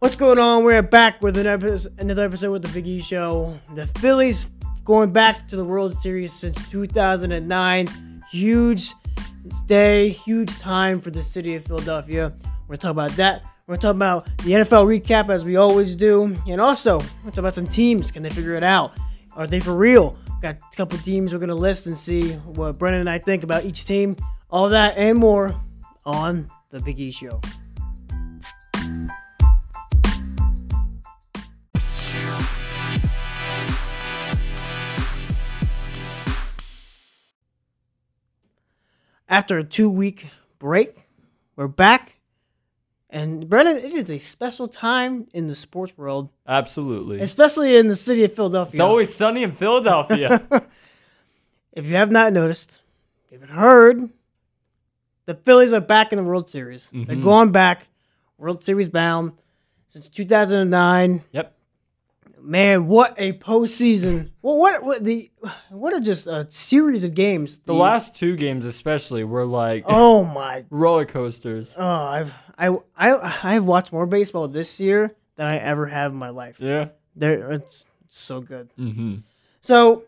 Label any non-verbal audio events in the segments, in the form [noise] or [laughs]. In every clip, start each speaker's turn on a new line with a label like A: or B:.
A: What's going on? We're back with an episode, another episode with the Big E Show. The Phillies going back to the World Series since 2009. Huge day, huge time for the city of Philadelphia. We're going to talk about that. We're going to talk about the NFL recap as we always do. And also, we're going to talk about some teams. Can they figure it out? Are they for real? Got a couple teams we're going to list and see what Brennan and I think about each team. All that and more on the Big E Show. after a two week break. We're back. And Brennan, it is a special time in the sports world,
B: Absolutely. It's,
A: especially in the city of Philadelphia.
B: always sunny
A: [laughs]
B: in Philadelphia.
A: if you have not noticed, if you haven't heard, the Phillies are back in the World Series. They're
B: Mm-hmm.
A: going back, World Series bound since 2009.
B: yep.
A: Man, what a postseason! well, what, what the what a just a series of games.
B: The last two games, especially, were like
A: oh my
B: roller coasters.
A: Oh, I've I I I've watched more baseball this year than I ever have in my life.
B: Yeah.
A: There, it's so good.
B: Mm-hmm.
A: So,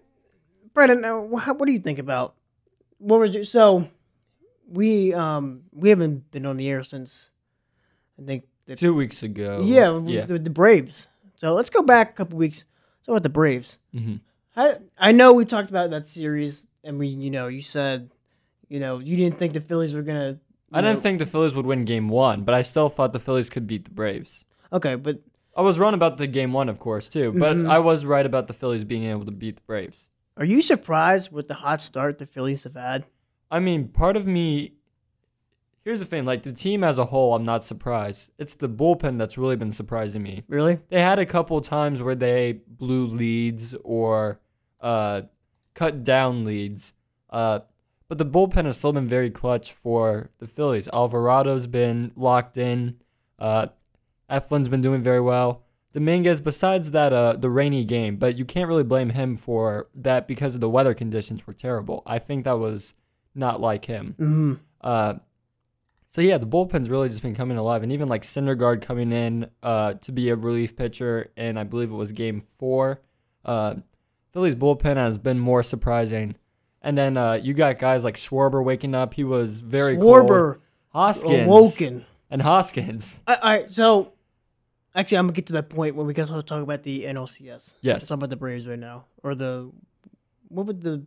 A: Brendan, uh, wh- what do you think about what were you, so? We um we haven't been on the air since I think the,
B: Two weeks ago.
A: yeah, with
B: Yeah.
A: The, the Braves. So let's go back a couple weeks. So about the Braves.
B: Mhm.
A: I I know we talked about that series, and we you know you said you know you didn't think the Phillies were gonna.
B: I
A: you know-
B: didn't think the Phillies would win game one, but I still thought the Phillies could beat the Braves.
A: okay, but
B: I was wrong about the game one, of course, too, but
A: Mm-hmm.
B: I was right about the Phillies being able to beat the Braves.
A: Are you surprised with the hot start the Phillies have had?
B: I mean, part of me. Here's the thing like, the team as a whole, I'm not surprised. It's the bullpen that's really been surprising me.
A: Really?
B: they had a couple times where they blew leads or uh, cut down leads. Uh, but the bullpen has still been very clutch for the Phillies. Alvarado's been locked in. Uh, Eflin's been doing very well. Dominguez, besides that, uh, the rainy game, but you can't really blame him for that because of the weather conditions were terrible. I think that was not like him.
A: Mm.
B: Uh, so yeah, the bullpen's really just been coming alive, and even like Syndergaard coming in uh, to be a relief pitcher, and I believe it was Game Four. Uh, Philly's bullpen has been more surprising, and then uh, you got guys like Schwarber waking up. He was very
A: Schwarber
B: cold. Hoskins
A: awoken.
B: and Hoskins.
A: uh, I- All right, so actually, I'm gonna get to that point when we guys talk about the NLCS.
B: Yes.
A: Let's talk about the Braves right now, or the what would the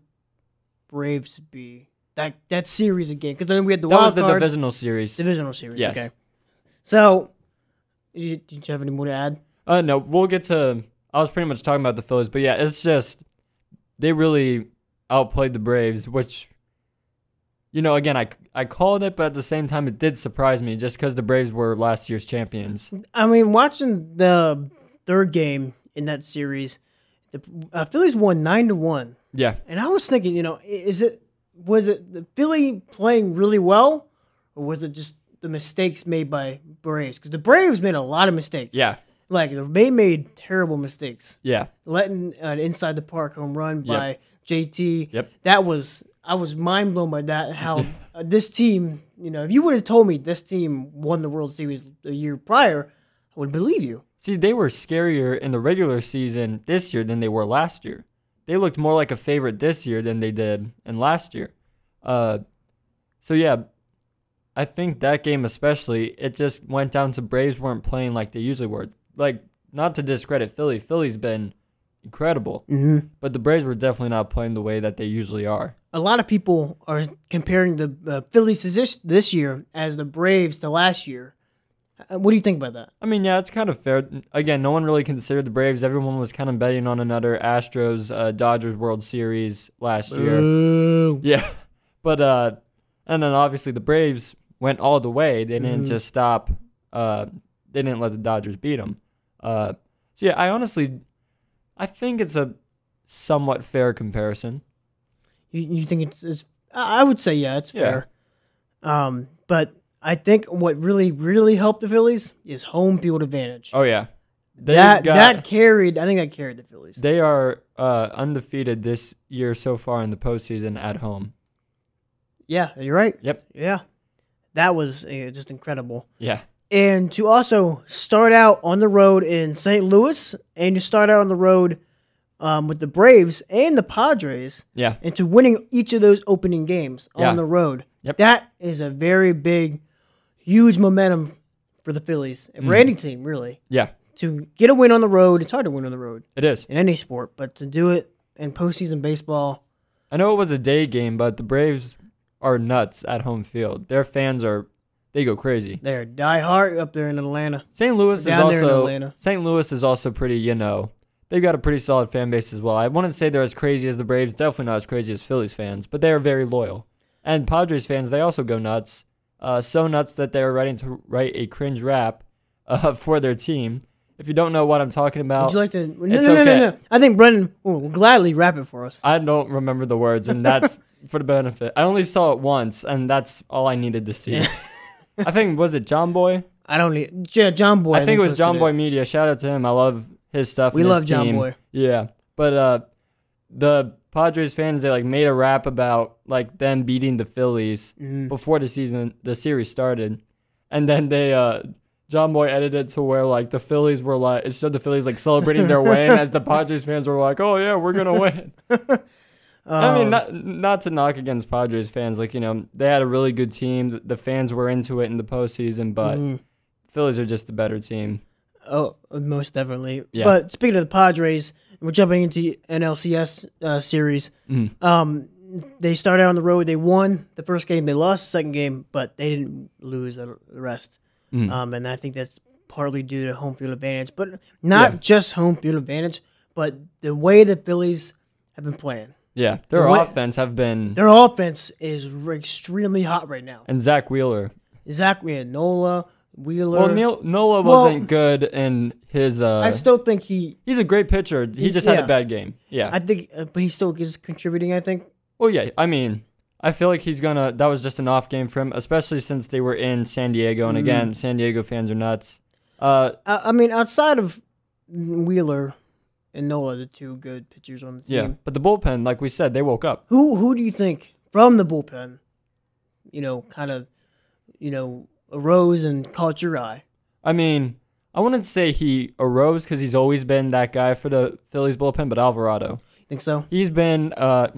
A: Braves be that that series again? Because then we had the
B: That was
A: wild
B: the
A: card
B: divisional series.
A: divisional series.
B: Yes.
A: Okay. So, you, did you have any more to add?
B: Uh, no, we'll get to. I was pretty much talking about the Phillies, but yeah, it's just they really outplayed the Braves, which you know, again, I I called it, but at the same time, it did surprise me just because the Braves were last year's champions.
A: I mean, watching the third game in that series, the uh, Phillies won nine to one.
B: Yeah,
A: And I was thinking, you know, i- is it was it the Philly playing really well, or was it just the mistakes made by Braves? Because the Braves made a lot of mistakes.
B: yeah,
A: like they made terrible mistakes,
B: yeah.
A: letting an inside the park home run by JT.
B: Yep.
A: that was I was mind blown by that.
B: [laughs]
A: How uh, this team, you know, if you would have told me this team won the World Series a year prior, I would believe you.
B: See, they were scarier in the regular season this year than they were last year. They looked more like a favorite this year than they did in last year. Uh, so yeah, I think that game especially, it just went down to Braves weren't playing like they usually were. Like not to discredit Philly, Philly's been incredible,
A: Mm-hmm.
B: but the Braves were definitely not playing the way that they usually are.
A: a lot of people are comparing the uh, Phillies to this, this year as the Braves to last year. Uh, what do you think about that?
B: I mean, yeah, it's kind of fair. Again, no one really considered the Braves. Everyone was kind of betting on another Astros uh, Dodgers World Series last year. Yeah. [laughs] But uh and then obviously the Braves went all the way. They
A: Mm-hmm.
B: didn't just stop uh they didn't let the Dodgers beat them. Uh so yeah, I honestly I think it's a somewhat fair comparison.
A: You, you think it's, it's? I I would say yeah, it's
B: Yeah.
A: fair. Um, but I think what really really helped the Phillies is home field advantage.
B: Oh yeah. They
A: that that carried. I think that carried the Phillies.
B: they are uh undefeated this year so far in the postseason at home.
A: Yeah, you're right.
B: Yep.
A: Yeah, that was uh, just incredible.
B: Yeah.
A: and to also start out on the road in St. Louis and to start out on the road um, with the Braves and the Padres
B: Yeah.
A: and to winning each of those opening games
B: Yeah.
A: on the road.
B: Yep.
A: That is a very big, huge momentum for the Phillies
B: Mm.
A: and for any team, really.
B: Yeah.
A: To get a win on the road, it's hard to win on the road
B: It is.
A: in any sport, but to do it in postseason baseball,
B: I know it was a day game, but the Braves are nuts at home field. Their fans are they go crazy.
A: they're die hard up there in Atlanta.
B: St. Louis is
A: Down there in
B: also
A: Atlanta.
B: St. Louis is also pretty, you know, they've got a pretty solid fan base as well. I wouldn't say they're as crazy as the Braves, definitely not as crazy as Phillies fans, but they are very loyal. And Padres fans, they also go nuts, uh, so nuts that they are ready to write a cringe rap uh, [laughs] for their team. If you don't know what I'm talking about,
A: Would you like to? No, no,
B: Oh, it's
A: no, no, no.
B: okay.
A: I think Brendan will gladly rap it for us.
B: I don't remember the words, and
A: [laughs]
B: that's for the benefit. I only saw it once, and that's all I needed
A: [laughs]
B: to see. I think was it John Boy?
A: I don't need yeah, John Boy.
B: I think it was
A: posted
B: John Boy Media. Shout out to him. I love his stuff.
A: We
B: and his
A: love John
B: team.
A: Boy.
B: Yeah, but uh, the Padres fans they like made a rap about like them beating the Phillies before the season, the series started, and then they uh, John Boy edited it to where like the Phillies were like it showed the Phillies like celebrating their win as the Padres fans were like, oh yeah, we're gonna win. I
A: Um, Oh.
B: mean, not not to knock against Padres fans, like you know they had a really good team. The- The fans were into it in the postseason, but
A: Mm-hmm.
B: Phillies are just the better team.
A: mm, Oh, most definitely.
B: Yeah.
A: But speaking of the Padres, we're jumping into NLCS uh, series. Um, they started on the road. They won the first game. They lost the second game, but they didn't lose the the rest.
B: Mm.
A: Um, and I think that's partly due to home field advantage, but not just home field advantage, but the way the Phillies have been playing.
B: Yeah, their
A: way-
B: offense have been
A: Their offense is r- extremely hot right now.
B: and Zach Wheeler.
A: Zach Nola, Wheeler.
B: Well, Neil, Nola
A: Well-
B: wasn't good in his.
A: I
B: Uh,
A: still think he.
B: he's a great pitcher. He just had
A: yeah.
B: a bad game. Yeah.
A: I think, uh, but he still is contributing. I think.
B: well, yeah. I mean, I feel like he's gonna. That was just an off game for him, especially since they were in San Diego.
A: Mm.
B: And again, San Diego fans are nuts. Uh,
A: I, I mean, outside of Wheeler and Nola, the two good pitchers on the team.
B: yeah. But the bullpen, like we said, they woke up.
A: Who who do you think from the bullpen, you know, kind of, you know, arose and caught your eye?
B: I mean, I wouldn't say he arose because he's always been that guy for the Phillies bullpen, but Alvarado.
A: Think so?
B: he's been uh,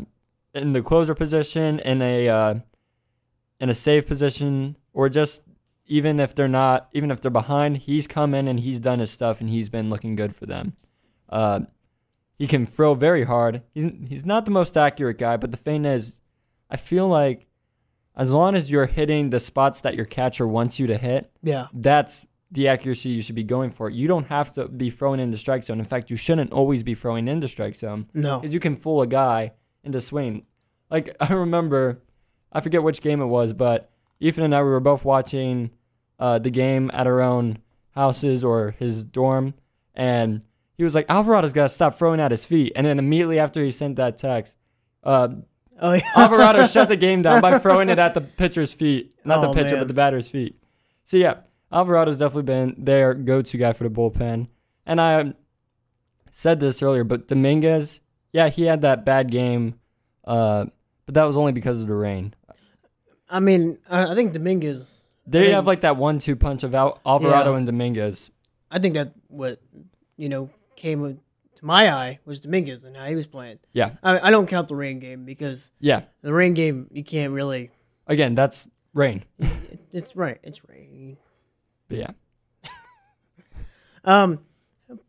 B: in the closer position in a uh, in a safe position or just even if they're not even if they're behind he's come in and he's done his stuff and he's been looking good for them uh, he can throw very hard he's, he's not the most accurate guy but the thing is i feel like as long as you're hitting the spots that your catcher wants you to hit
A: Yeah.
B: that's the accuracy you should be going for you don't have to be thrown into strike zone in fact you shouldn't always be throwing into strike zone
A: No.
B: because you can fool a guy into swing. Like [laughs] I remember, I forget which game it was, but Ethan and I we were both watching uh, the game at our own houses or his dorm, and he was like, "Alvarado's got to stop throwing at his feet." And then immediately after he sent that text, uh,
A: [laughs] Oh yeah.
B: Alvarado
A: [laughs]
B: shut the game down by throwing it at the pitcher's feet. Not
A: Oh,
B: the pitcher,
A: man.
B: but the batter's feet. So yeah, Alvarado's definitely been their go-to guy for the bullpen. And I um, said this earlier, but Dominguez, yeah, he had that bad game, uh, but that was only because of the rain.
A: I mean, I, I think Dominguez.
B: They
A: think-
B: have like that one-two punch of Al- Alvarado
A: Yeah.
B: and Dominguez.
A: I think that what you know came to my eye was Dominguez and how he was playing.
B: Yeah,
A: I, I don't count the rain game because
B: yeah.
A: the rain game you can't really.
B: Again, that's rain.
A: It's right. It's rain.
B: But yeah,
A: Um,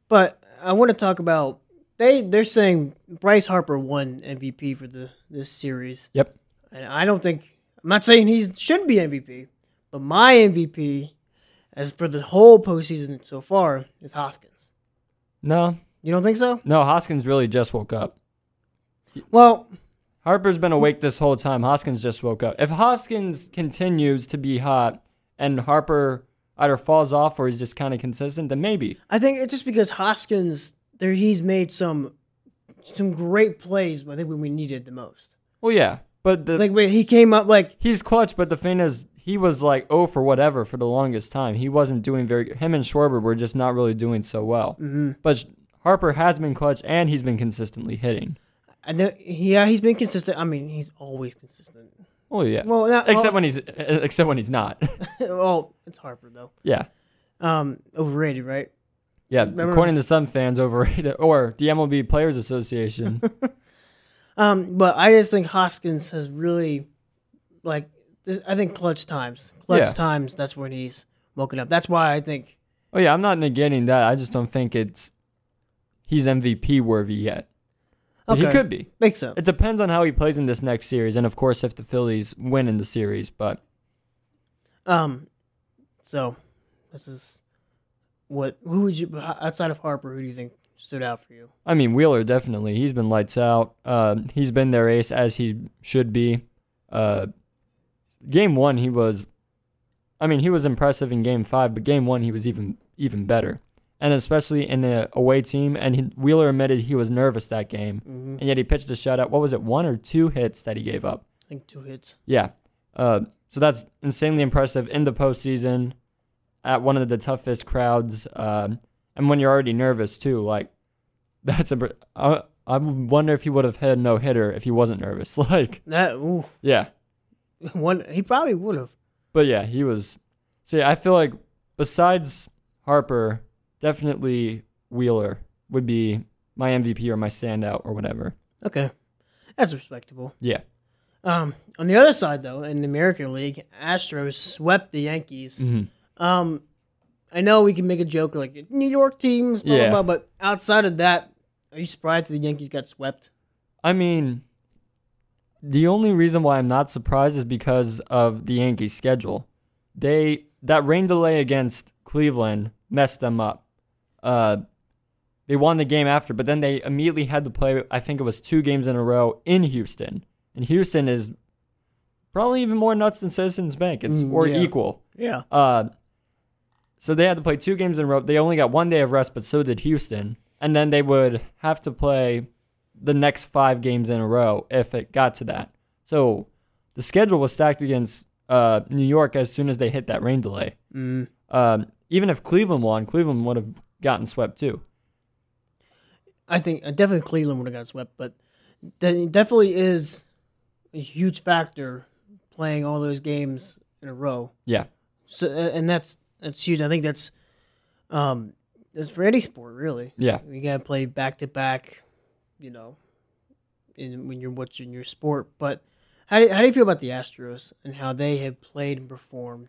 A: but I want to talk about they. They're saying Bryce Harper won MVP for the this series,
B: yep.
A: and I don't think I'm not saying he shouldn't be MVP, but my MVP, as for the whole postseason so far, is Hoskins.
B: No,
A: You don't think so?
B: no. Hoskins really just woke up.
A: Well,
B: Harper's been awake this whole time. Hoskins just woke up. If Hoskins continues to be hot and Harper either falls off or is just kind of consistent, then maybe.
A: I think it's just because Hoskins there he's made some some great plays. I think when we needed the most,
B: Well, yeah, but the,
A: like when he came up like
B: he's clutch. But the thing is, he was like oh for whatever for the longest time. He wasn't doing very. Him and Schwarber were just
A: Mm-hmm.
B: not really doing so well. But Harper has been clutch and he's been consistently hitting.
A: And then, yeah, he's been consistent. I mean, he's always consistent.
B: Oh yeah.
A: Well, not,
B: except
A: well,
B: when he's e-, except when he's not.
A: [laughs]
B: [laughs]
A: well, it's Harper though.
B: yeah.
A: Um, overrated, right?
B: Yeah.
A: Remember-
B: According to some fans, overrated [laughs] or the MLB Players Association.
A: Um, but I just think Hoskins has really, like, this, I think clutch times, clutch
B: Yeah.
A: times. That's when he's woken up. That's why I think
B: oh yeah, I'm not negating that. I just don't think it's he's MVP worthy yet. But He
A: Okay.
B: could be.
A: makes sense.
B: It depends on how he plays in this next series, and of course, if the Phillies win in the series. But
A: Um, so this is what who would you outside of Harper? Who do you think stood out for you?
B: I mean, Wheeler definitely. He's been lights out. Um, he's been their ace as he should be. Uh, game one, he was. I mean, he was impressive in game five, but game one, he was even even better. And especially in the away team, and he, Wheeler admitted he was nervous that game,
A: Mm-hmm.
B: and yet he pitched a shutout. What was it, one or two hits that he gave up?
A: I think two hits.
B: Yeah. Uh, so that's insanely impressive in the postseason at one of the toughest crowds. Um, and when you're already nervous, too, like [laughs] that's a. br- I, I wonder if he would have had no hitter if he wasn't nervous. [laughs] Like,
A: That ooh, [laughs]
B: yeah.
A: one he probably would have.
B: But yeah, he was. See, I feel like besides Harper, definitely Wheeler would be my MVP or my standout or whatever.
A: Okay, that's respectable.
B: Yeah.
A: Um, on the other side though, in the American League, Astros swept the Yankees.
B: Mm-hmm.
A: Um, I know we can make a joke like New York teams, blah
B: Yeah.
A: blah blah, but outside of that, are you surprised that the Yankees got swept?
B: I mean, the only reason why I'm not surprised is because of the Yankees' schedule. They that rain delay against Cleveland messed them up. Uh, they won the game after, but then they immediately had to play. I think it was two games in a row in Houston, and Houston is probably even more nuts than Citizens Bank. It's
A: Mm,
B: or
A: yeah.
B: equal.
A: Yeah.
B: Uh, so they had to play two games in a row. They only got one day of rest, but so did Houston. And then they would have to play the next five games in a row if it got to that. So the schedule was stacked against uh, New York as soon as they hit that rain delay.
A: Mm.
B: Um, even if Cleveland won, Cleveland would have gotten swept too.
A: I think uh, definitely Cleveland would have got swept, but de- definitely is a huge factor playing all those games in a row.
B: Yeah.
A: So a- and that's that's huge. I think that's um that's for any sport really.
B: Yeah.
A: You gotta play back to back, you know, in when you're watching your sport. But how do, how do you feel about the Astros and how they have played and performed?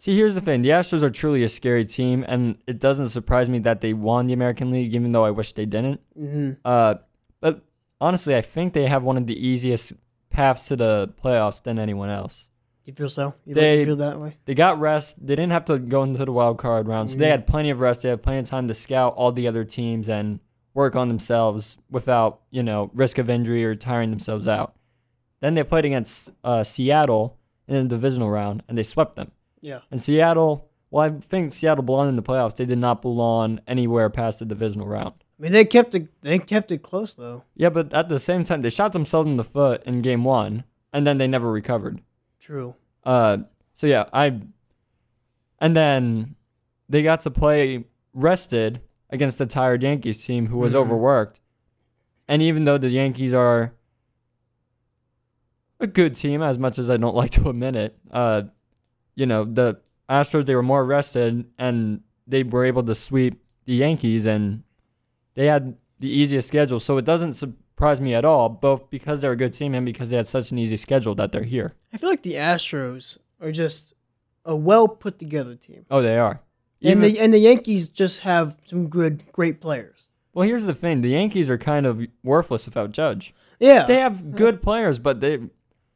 B: See, here's the thing. The Astros are truly a scary team, and it doesn't surprise me that they won the American League, even though I wish they didn't.
A: hmm
B: Uh, but honestly, I think they have one of the easiest paths to the playoffs than anyone else.
A: You feel so? You, like,
B: They-
A: you feel that way?
B: They got rest. They didn't have to go into the wild card round, so they
A: Yeah.
B: had plenty of rest. They had plenty of time to scout all the other teams and work on themselves without, you know, risk of injury or tiring themselves out. Then they played against uh, Seattle in the divisional round, and they swept them.
A: Yeah.
B: And Seattle, well, I think Seattle belonged in the playoffs. They did not belong anywhere past the divisional round.
A: I mean they kept it they kept it close though.
B: Yeah, but at the same time, they shot themselves in the foot in game one, and then they never recovered.
A: True.
B: Uh, so yeah, I. And then they got to play rested against the tired Yankees team who was
A: Mhm.
B: overworked. And even though the Yankees are a good team, as much as I don't [laughs] like to admit it, uh, you know, the Astros, they were more rested and they were able to sweep the Yankees and they had the easiest schedule. So it doesn't surprise me at all, both because they're a good team and because they had such an easy schedule that they're here.
A: I feel like the Astros are just a well put together team,
B: Oh, they are. Even-
A: and the and the Yankees just have some good, great players.
B: well, here's the thing: the Yankees are kind of worthless without Judge.
A: Yeah,
B: They have good players, but they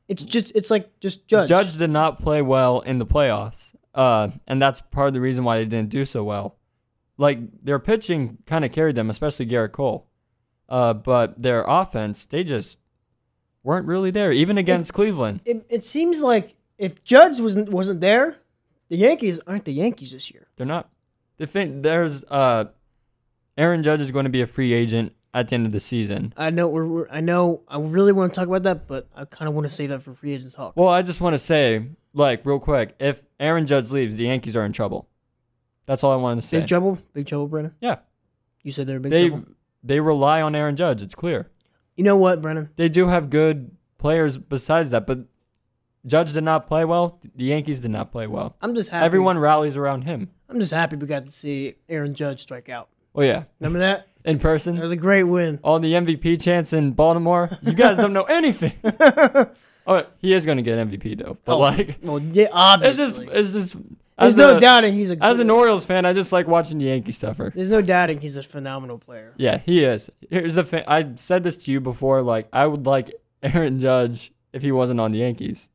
A: it's just it's like just judge.
B: did not play well in the playoffs, uh, and that's part of the reason why they didn't do so well. Like their pitching kind of carried them, especially Garrett Cole. Uh, but their offense, they just weren't really there, even against Cleveland.
A: It, it seems like if Judge wasn't wasn't there, the Yankees aren't the Yankees this year.
B: They're not. The thing there's uh, Aaron Judge is going to be a free agent at the end of the season.
A: I know we're, we're I know I really want to talk about that, but I kind of want to save that for free agent talks.
B: Well, I just want to say, like, real quick, if Aaron Judge leaves, the Yankees are in trouble. That's all I wanted to say.
A: big trouble, big trouble, Brennan.
B: Yeah,
A: You said they're big
B: they
A: trouble.
B: they rely on Aaron Judge. It's clear.
A: You know what, Brennan?
B: They do have good players besides that, but Judge did not play well. The Yankees did not play well.
A: I'm just happy.
B: Everyone rallies around him.
A: I'm just happy we got to see Aaron Judge strike out.
B: Oh yeah,
A: Remember that?
B: in person.
A: That was a great win.
B: on the MVP chance in Baltimore. You guys don't
A: [laughs]
B: know anything. oh, he is going to get MVP though. But
A: Oh,
B: like,
A: well, yeah,
B: it's
A: obviously.
B: just, it's just.
A: There's
B: As
A: no
B: a,
A: doubting he's a.
B: As an
A: good-
B: Orioles fan, I just like watching the Yankees suffer.
A: There's no doubting he's a phenomenal player.
B: Yeah, he is. Here's the thing. I said this to you before. Like, I would like Aaron Judge if he wasn't on the Yankees,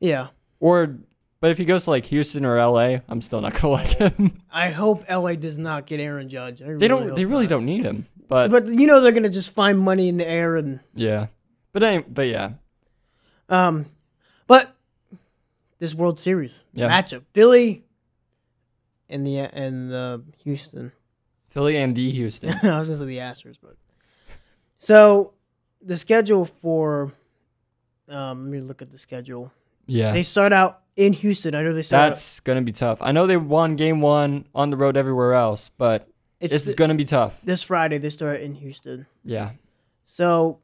A: Yeah,
B: or but if he goes to like Houston or LA, I'm still not gonna [laughs] like him.
A: I hope LA does not get Aaron Judge. I really
B: they don't.
A: hope
B: They really
A: not.
B: don't need him. But,
A: But you know they're gonna just find money in the air and
B: yeah. But any, but yeah.
A: um, but this World Series
B: Yeah.
A: matchup, Philly and the and the Houston. [laughs]
B: Philly and the Houston.
A: I was gonna say the Astros, but so the schedule for um, let me look at the schedule.
B: Yeah.
A: They uh, start out in Houston. I know they start. out,
B: That's gonna be tough. I know they won game one on the road everywhere else, but
A: it's
B: this
A: th-
B: is gonna be tough.
A: this Friday. They start in Houston.
B: Yeah.
A: So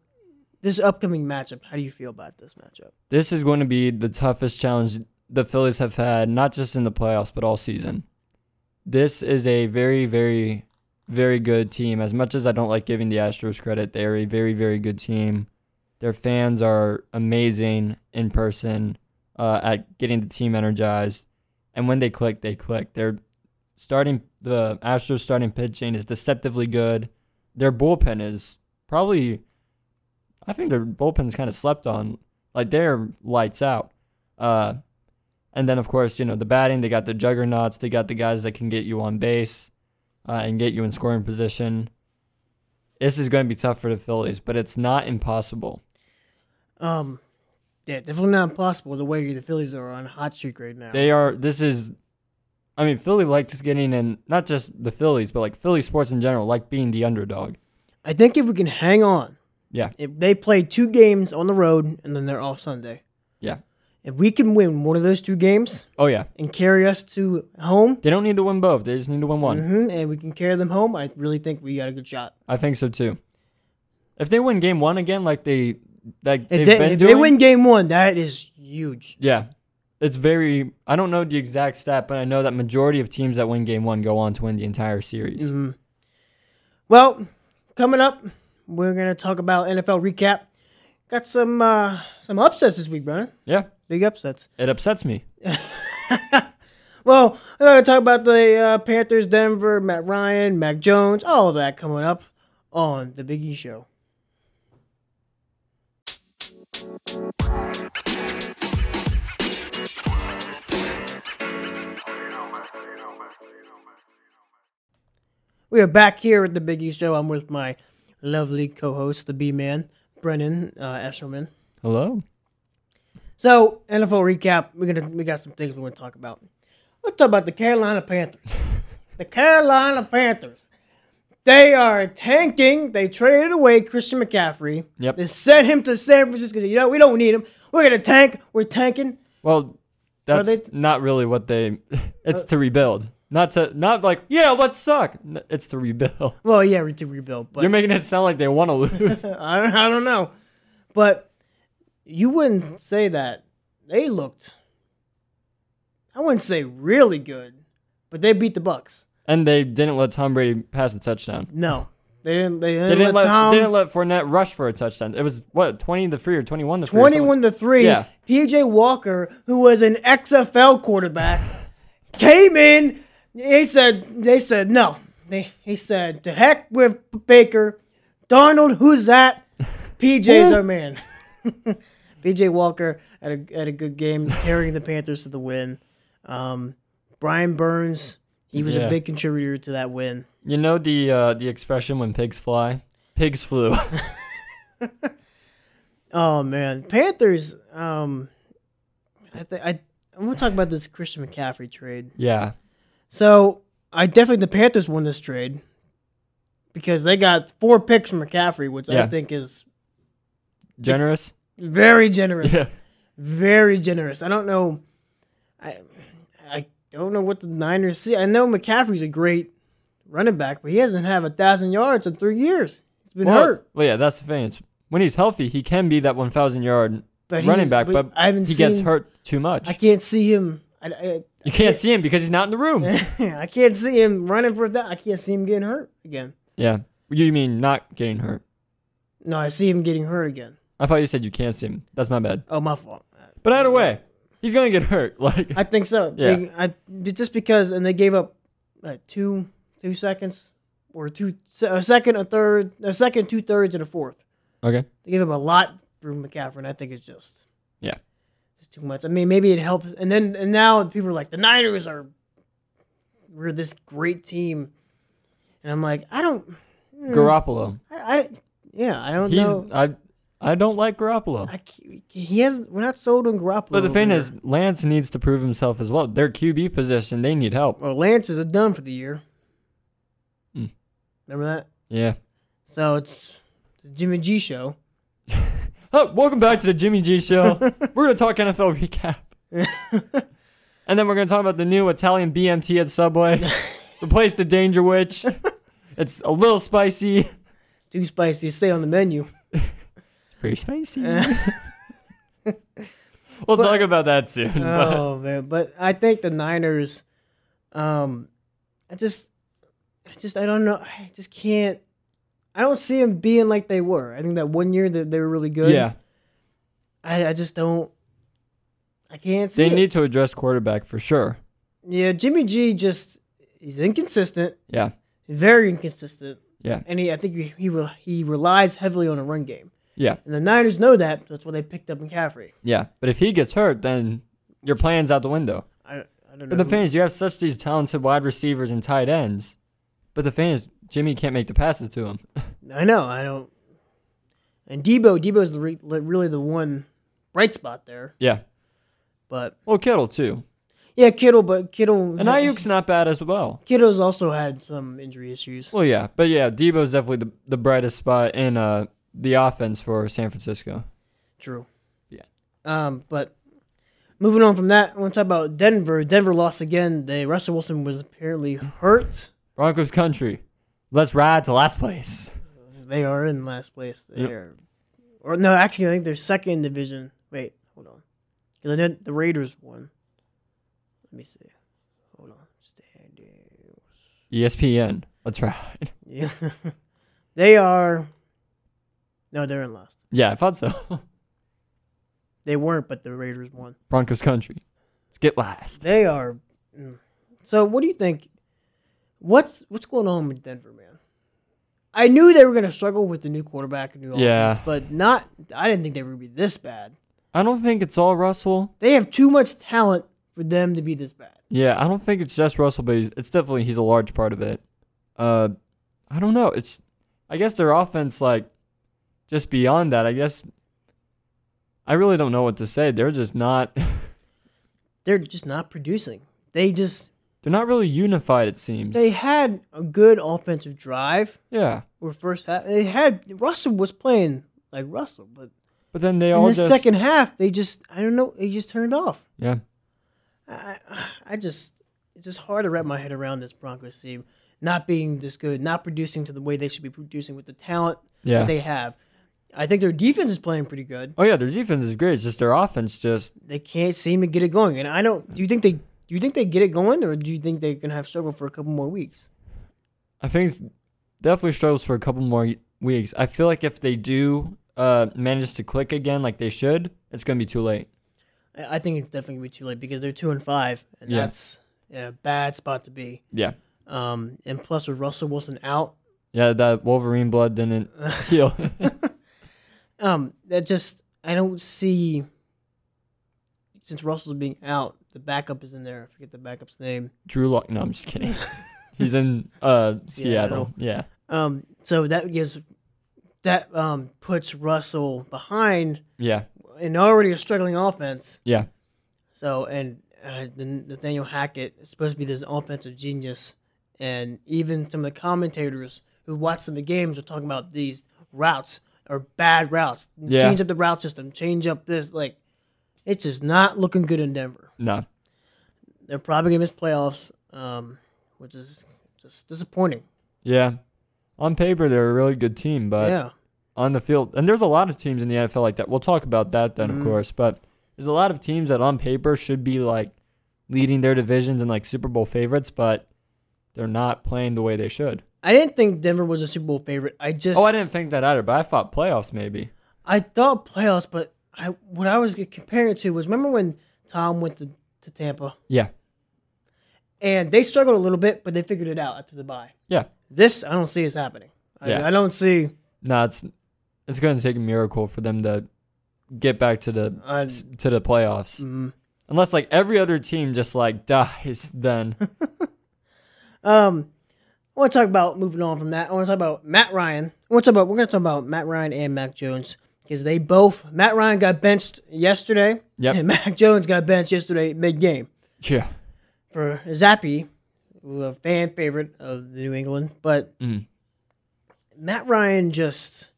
A: this upcoming matchup, how do you feel about this matchup?
B: This is gonna be the toughest challenge the Phillies have had, not just in the playoffs, but all season. This is a very, very, very good team. As much as I don't like giving the Astros credit, they are a very, very good team. Their fans are amazing in person uh, at getting the team energized. And when they click, they click. They're starting the Astros starting pitching is deceptively good. Their bullpen is probably I think their bullpen's kind of slept on. Like they're lights out. Uh and then of course, you know, the batting, they got the juggernauts, they got the guys that can get you on base uh, and get you in scoring position. This is going to be tough for the Phillies, but it's not impossible.
A: Um, yeah, definitely not impossible the way the Phillies are on a hot streak right now.
B: They are. This is. I mean, Philly likes getting in. Not just the Phillies, but like Philly sports in general, like being the underdog.
A: I think if we can hang on,
B: Yeah.
A: if they play two games on the road and then they're off Sunday,
B: Yeah.
A: if we can win one of those two games
B: Oh yeah.
A: and carry us to home,
B: They don't need to win both. They just need to win one.
A: hmm and we can carry them home, I really think we got a good shot.
B: I think so too. If they win game one again, like they like
A: If,
B: they've
A: they,
B: been
A: if they
B: doing,
A: win game one, that is huge.
B: yeah, it's very. I don't know the exact stat, but I know that majority of teams that win game one go on to win the entire series.
A: Mm-hmm. Well, coming up, we're gonna talk about NFL recap. Got some uh, some upsets this week, Brennan.
B: Yeah,
A: Big upsets.
B: it upsets me.
A: Well, we're gonna talk about the uh, Panthers, Denver, Matt Ryan, Mac Jones, all of that coming up on the Big E Show. We are back here at the Big E Show. I'm with my lovely co-host, the B Man, Brennan uh, Eshelman.
B: Hello.
A: So NFL recap. We're gonna we got some things we want to talk about. Let's talk about the Carolina Panthers. the Carolina Panthers. They are tanking. They traded away Christian McCaffrey.
B: Yep.
A: They sent him to San Francisco. You know we don't need him. We're gonna tank. We're tanking.
B: Well, that's
A: they t- Uh,
B: not really what they. [laughs] It's to rebuild, not to not like yeah, let's suck. N- It's to rebuild. [laughs]
A: Well, yeah, we to rebuild, but
B: You're making it sound like they want to lose.
A: [laughs] I don't, I don't know. But you wouldn't say that. They looked. I wouldn't say really good, but they beat the Bucks.
B: and they didn't let Tom Brady pass a touchdown.
A: No, they didn't. They didn't,
B: They
A: let,
B: didn't let,
A: Tom.
B: they didn't let Fournette rush for a touchdown. It was what twenty to three or twenty one to three. or something.
A: 21 to 3,
B: Yeah.
A: PJ Walker, who was an XFL quarterback, came in. He said, they said, no. They, he said, to heck with Baker. Donald, who's that? PJ's our man. [laughs] PJ Walker had a, had a good game, carrying the Panthers to the win. Um, Brian Burns, he was a
B: Yeah.
A: big contributor to that win.
B: You know the uh, the expression when pigs fly. Pigs flew. [laughs]
A: Oh man, Panthers. Um, I th- I I'm gonna talk about this Christian McCaffrey trade.
B: yeah,
A: So I definitely the Panthers won this trade because they got four picks from McCaffrey, which I
B: Yeah.
A: think is
B: generous.
A: very generous.
B: Yeah.
A: Very generous. I don't know. I I don't know what the Niners see. I know McCaffrey's a great running back, but he hasn't had a thousand yards in three years. He's been
B: Well,
A: hurt.
B: Well, yeah, that's the thing. It's when he's healthy, he can be that 1,000 yard
A: But
B: running
A: he's-
B: back,
A: but
B: but
A: I haven't
B: he gets
A: seen-
B: hurt too much.
A: I can't see him. I, I,
B: you can't see him because he's not in the
A: [laughs]
B: room.
A: I can't see him running for that. I can't see him getting hurt again.
B: yeah. You mean not getting hurt?
A: No, I see him getting hurt again.
B: I thought you said you can't see him. That's my bad.
A: Oh, my fault.
B: But either way, he's gonna get hurt. [laughs] Like
A: I think so.
B: Yeah.
A: They- I, just because, and they gave up uh, two two seconds or two se- a second, a third, a second, two thirds, and a fourth.
B: okay,
A: They gave up a lot for McCaffrey, and I think it's just
B: Yeah.
A: it's too much. I mean, maybe it helps, and then and now people are like the Niners are we're this great team, and I'm like I don't, hmm,
B: Garoppolo.
A: I, I yeah Mm. I don't
B: He's
A: know.
B: I I don't like Garoppolo.
A: I, c- he has we're not sold on Garoppolo.
B: But the
A: over
B: thing
A: here.
B: is, Lance needs to prove himself as well. Their QB position, they need help.
A: well, Lance is done for the year.
B: Mm.
A: Remember that?
B: Yeah.
A: So it's the Jimmy G show.
B: Oh, welcome back to the Jimmy G Show. we're gonna talk NFL recap, and then we're gonna talk about the new Italian BMT at Subway. Replace the Danger Witch. It's a little spicy.
A: Too spicy to stay on the menu.
B: Pretty [laughs] spicy. we'll talk about that soon. [laughs] but-
A: Oh man, but I think the Niners. Um, I just, I just, I don't know. I just can't. I don't see them being like they were. I think that one year that they were really good.
B: yeah.
A: I, I just don't. I can't see.
B: They
A: it.
B: need to address quarterback for sure.
A: yeah, Jimmy G just he's inconsistent,
B: Yeah.
A: very inconsistent,
B: Yeah.
A: and he I think he he, rel- he relies heavily on a run game,
B: Yeah.
A: and the Niners know that. so that's why they picked up McCaffrey.
B: Yeah. But if he gets hurt, then your plan's out the window.
A: I I don't know.
B: But the
A: who-
B: thing is, you have such these talented wide receivers and tight ends. But the thing is, Jimmy can't make the passes to him.
A: I know. I don't. And Debo, Debo's the re, like, really the one bright spot there.
B: Yeah.
A: But
B: Well, Kittle, too.
A: yeah, Kittle, but Kittle
B: And Ayuk's not bad as well.
A: Kittle's also had some injury issues.
B: Well, yeah. But yeah, Debo's definitely the, the brightest spot in uh, the offense for San Francisco.
A: True.
B: Yeah.
A: Um, but moving on from that, I want to talk about Denver. Denver lost again. They Russell Wilson was apparently hurt.
B: Broncos country. Let's ride to last place.
A: They are in last place. They
B: Yep.
A: are, or no, actually, I think they're second in division. Wait, hold on, because I know the Raiders won. Let me see. Hold on, standing. [laughs]
B: E ESPN. Let's ride. [laughs]
A: Yeah. they are. No, they're in last.
B: Yeah, I thought so. [laughs]
A: They weren't, but the Raiders won.
B: Broncos country. Let's get last.
A: They are. mm. So, what do you think? What's what's going on with Denver, man? I knew they were going to struggle with the new quarterback and new
B: Yeah.
A: offense, but not. I didn't think they were going to be this bad.
B: I don't think it's all Russell.
A: They have too much talent for them to be this bad.
B: Yeah, I don't think it's just Russell, but he's- it's definitely he's a large part of it. Uh, I don't know. It's I guess their offense, like just beyond that. I guess I really don't know what to say. They're just not. [laughs]
A: They're just not producing. They just
B: They're not really unified. It seems.
A: they had a good offensive drive
B: yeah,
A: or first half. They had Russell was playing like Russell, but
B: but then they all
A: in the
B: just
A: second half, they just I don't know, they just turned off.
B: yeah.
A: I, I I just it's just hard to wrap my head around this Broncos team not being this good, not producing to the way they should be producing with the talent
B: Yeah.
A: that they have. I think their defense is playing pretty good.
B: Oh yeah, their defense is great. It's just their offense. Just
A: They can't seem to get it going, and I don't. Do you think they do you think they get it going, or do you think they're gonna have struggle for a couple more weeks?
B: I think it's- definitely struggles for a couple more y- weeks. I feel like if they do uh manage to click again, like they should, it's gonna be too late.
A: I, I think it's definitely gonna be too late because they're two and five, and
B: Yeah.
A: that's in a bad spot to be.
B: Yeah.
A: Um, and plus with Russell Wilson out,
B: Yeah, that Wolverine
A: [laughs]
B: blood didn't heal.
A: um that just I don't see since Russell's being out, the backup is in there. I forget the backup's name.
B: Drew Lock. No, I'm just kidding. He's in uh, Seattle. Yeah.
A: Um so that gives that um puts Russell behind
B: Yeah.
A: an already a struggling offense.
B: Yeah.
A: So and uh, then Nathaniel Hackett is supposed to be this offensive genius, and even some of the commentators who watch some of the games are talking about these routes are bad routes.
B: Yeah.
A: Change up the route system. Change up this. Like, it's just not looking good in Denver.
B: No.
A: They're probably gonna miss playoffs, um, which is just disappointing.
B: Yeah. on paper they're a really good team, but
A: yeah.
B: on the field, and there's a lot of teams in the NFL like that. We'll talk about that then,
A: Mhm.
B: of course. But there's a lot of teams that on paper should be like leading their divisions and like Super Bowl favorites, but they're not playing the way they should.
A: I didn't think Denver was a Super Bowl favorite. I just
B: Oh, I didn't think that either, but I thought playoffs maybe.
A: I thought playoffs, but I what I was comparing it to was remember when Tom went to, to Tampa
B: Yeah,
A: and they struggled a little bit, but they figured it out after the bye.
B: yeah.
A: This I don't see is happening. I,
B: Yeah.
A: I don't see.
B: No, it's it's going to take a miracle for them to get back to the
A: I,
B: s- to the playoffs,
A: mm.
B: unless like every other team just like dies. [laughs] Then
A: Um, I want to talk about moving on from that. I want to talk about Matt Ryan. I want to talk about we're going to talk about Matt Ryan and Mac Jones because they both Matt Ryan got benched yesterday.
B: Yep.
A: And [laughs] Mac Jones got benched yesterday mid game
B: yeah,
A: for Zappy, who a fan favorite of the New England, but
B: Mhm.
A: Matt Ryan just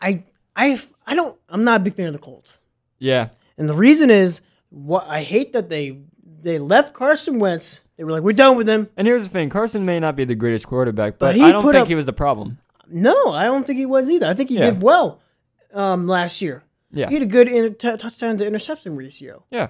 A: I I I don't I'm not a big fan of the Colts.
B: yeah,
A: And the reason is what I hate that they they left Carson Wentz. They were like, we're done with him.
B: And here's the thing: Carson may not be the greatest quarterback, but,
A: he
B: I don't
A: put
B: think
A: up-
B: he was the problem.
A: No, I don't think he was either. I think he
B: Yeah.
A: did well um, last year.
B: Yeah,
A: He had a good inter- t- touchdown to interception ratio.
B: yeah,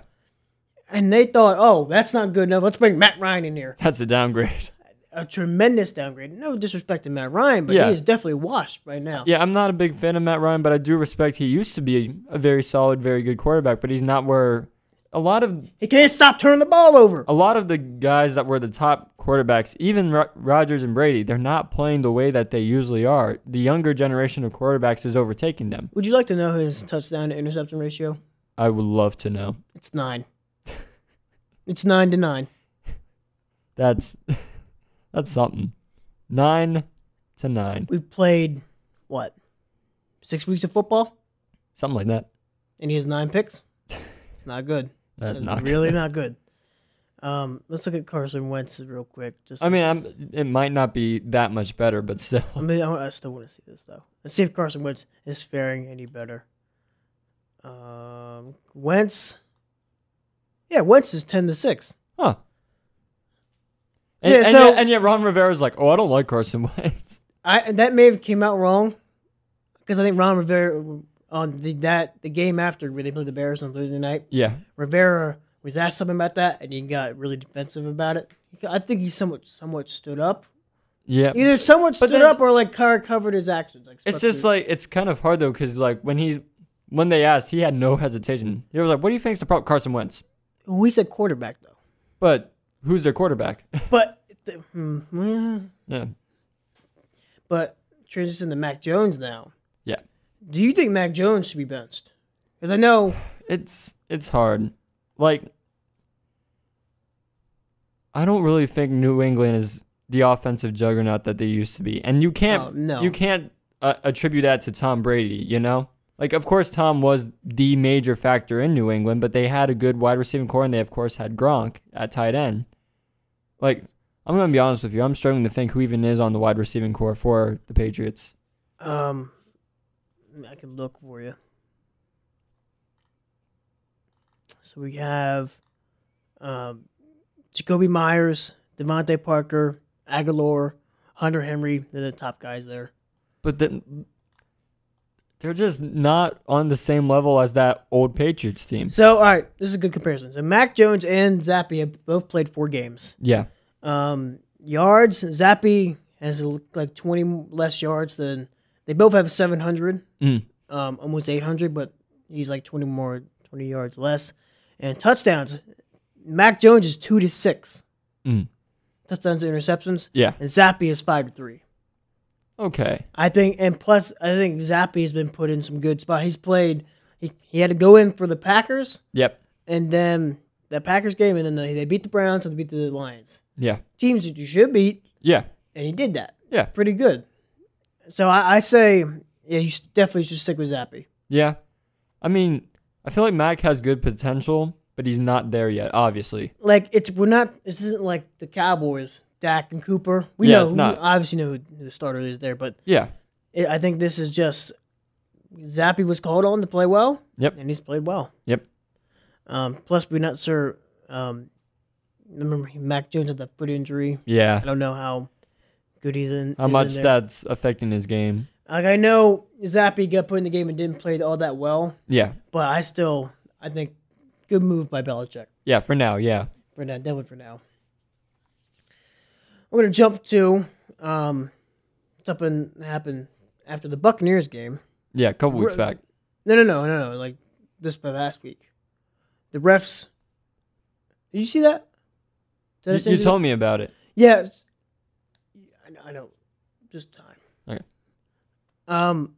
A: And they thought, oh, that's not good enough. Let's bring Matt Ryan in here.
B: that's a downgrade. [laughs]
A: A tremendous downgrade. No disrespect to Matt Ryan, but
B: Yeah.
A: he is definitely washed right now.
B: Yeah, I'm not a big fan of Matt Ryan, but I do respect he used to be a very solid, very good quarterback. But he's not where a lot of
A: He can't stop turning the ball over.
B: a lot of the guys that were the top quarterbacks, even Ro- Rodgers and Brady, they're not playing the way that they usually are. The younger generation of quarterbacks is overtaking them.
A: Would you like to know his touchdown to interception ratio?
B: I would love to know.
A: It's nine. [laughs] it's nine to nine.
B: That's [laughs] that's something. Nine to nine,
A: We've played, what, six weeks of football?
B: something like that.
A: and he has nine picks. It's not good.
B: [laughs] That's
A: It's
B: not good.
A: really not good. Um, let's look at Carson Wentz real quick. Just
B: [laughs] I mean, I'm, it might not be that much better, but still. [laughs]
A: I, mean, I, I still want to see this though. Let's see if Carson Wentz is faring any better. Um, Wentz, yeah, Wentz is ten to six.
B: Huh. And,
A: Yeah,
B: and
A: so-
B: yet, and yet Ron Rivera's like, oh, I don't like Carson [laughs] Wentz.
A: I and that may have came out wrong because I think Ron Rivera on the that the game after where they played the Bears on Thursday night,
B: yeah.
A: Rivera was asked something about that and he got really defensive about it. I think he somewhat somewhat stood up.
B: Yeah.
A: Either someone stood
B: then-
A: up or like Carr covered his actions. Like
B: It's
A: swept
B: just
A: it.
B: like, it's kind of hard, though, because, like, when he, when they asked, he had no hesitation. He was like, what do you think's the problem? Carson Wentz.
A: we said quarterback
B: [laughs]
A: though.
B: But who's their quarterback? [laughs]
A: But the, hmm, yeah.
B: yeah.
A: but transition to Mac Jones now.
B: Yeah.
A: Do you think Mac Jones should be benched? Because I know
B: It's, it's hard. Like, I don't really think New England is the offensive juggernaut that they used to be. And you can't,
A: Oh, no.
B: you can't uh, attribute that to Tom Brady, you know? Like, of course, Tom was the major factor in New England, but they had a good wide receiving core, and they, of course, had Gronk at tight end. Like, I'm going to be honest with you. I'm struggling to think who even is on the wide receiving core for the Patriots.
A: um I can look for you. So we have um, Jacoby Myers, Devontae Parker, Aguilar, Hunter Henry. They're the top guys there.
B: But then they're just not on the same level as that old Patriots team.
A: So all right, this is a good comparison. So Mac Jones and Zappy have both played four games.
B: Yeah.
A: Um, yards, Zappy has like 20 less yards than they both have 700,
B: Mm.
A: um, almost 800, but he's like 20 more, 20 yards less. And touchdowns, Mac Jones is two to six
B: Mm.
A: touchdowns to interceptions,
B: Yeah.
A: and Zappy is five to three.
B: Okay.
A: I think, and plus, I think Zappy has been put in some good spot. He's played, he, he had to go in for the Packers,
B: Yep.
A: and then the Packers game, and then they, they beat the Browns and they beat the Lions.
B: Yeah.
A: Teams that you should beat,
B: Yeah.
A: and he did that.
B: Yeah.
A: pretty good. So I, I say, yeah, you s- definitely should stick with Zappy.
B: Yeah. I mean, I feel like Mac has good potential, but he's not there yet, obviously.
A: Like it's we're not. This isn't like the Cowboys, Dak and Cooper. We
B: Yeah,
A: know,
B: it's
A: we
B: not.
A: obviously know who the starter is there, but
B: Yeah.
A: it, I think this is just Zappy was called on to play well.
B: Yep.
A: and he's played well.
B: Yep.
A: Um, plus, we're not sure. Um, remember, Mac Jones had that foot injury.
B: Yeah.
A: I don't know how Goody's in.
B: How
A: is
B: much
A: in there.
B: that's affecting his game.
A: Like I know Zappy got put in the game and didn't play all that well,
B: Yeah.
A: but I still I think good move by Belichick
B: Yeah, for now, yeah.
A: for now. Definitely for now. We're gonna jump to um, something that happened after the Buccaneers game.
B: Yeah, a couple weeks
A: Re-
B: back.
A: No, no, no, no, no. Like this past week, the refs. Did you see that? Did I
B: You,
A: send
B: you
A: that?
B: told me about it.
A: Yeah. it's- I know, I know. Just time.
B: Okay.
A: Um,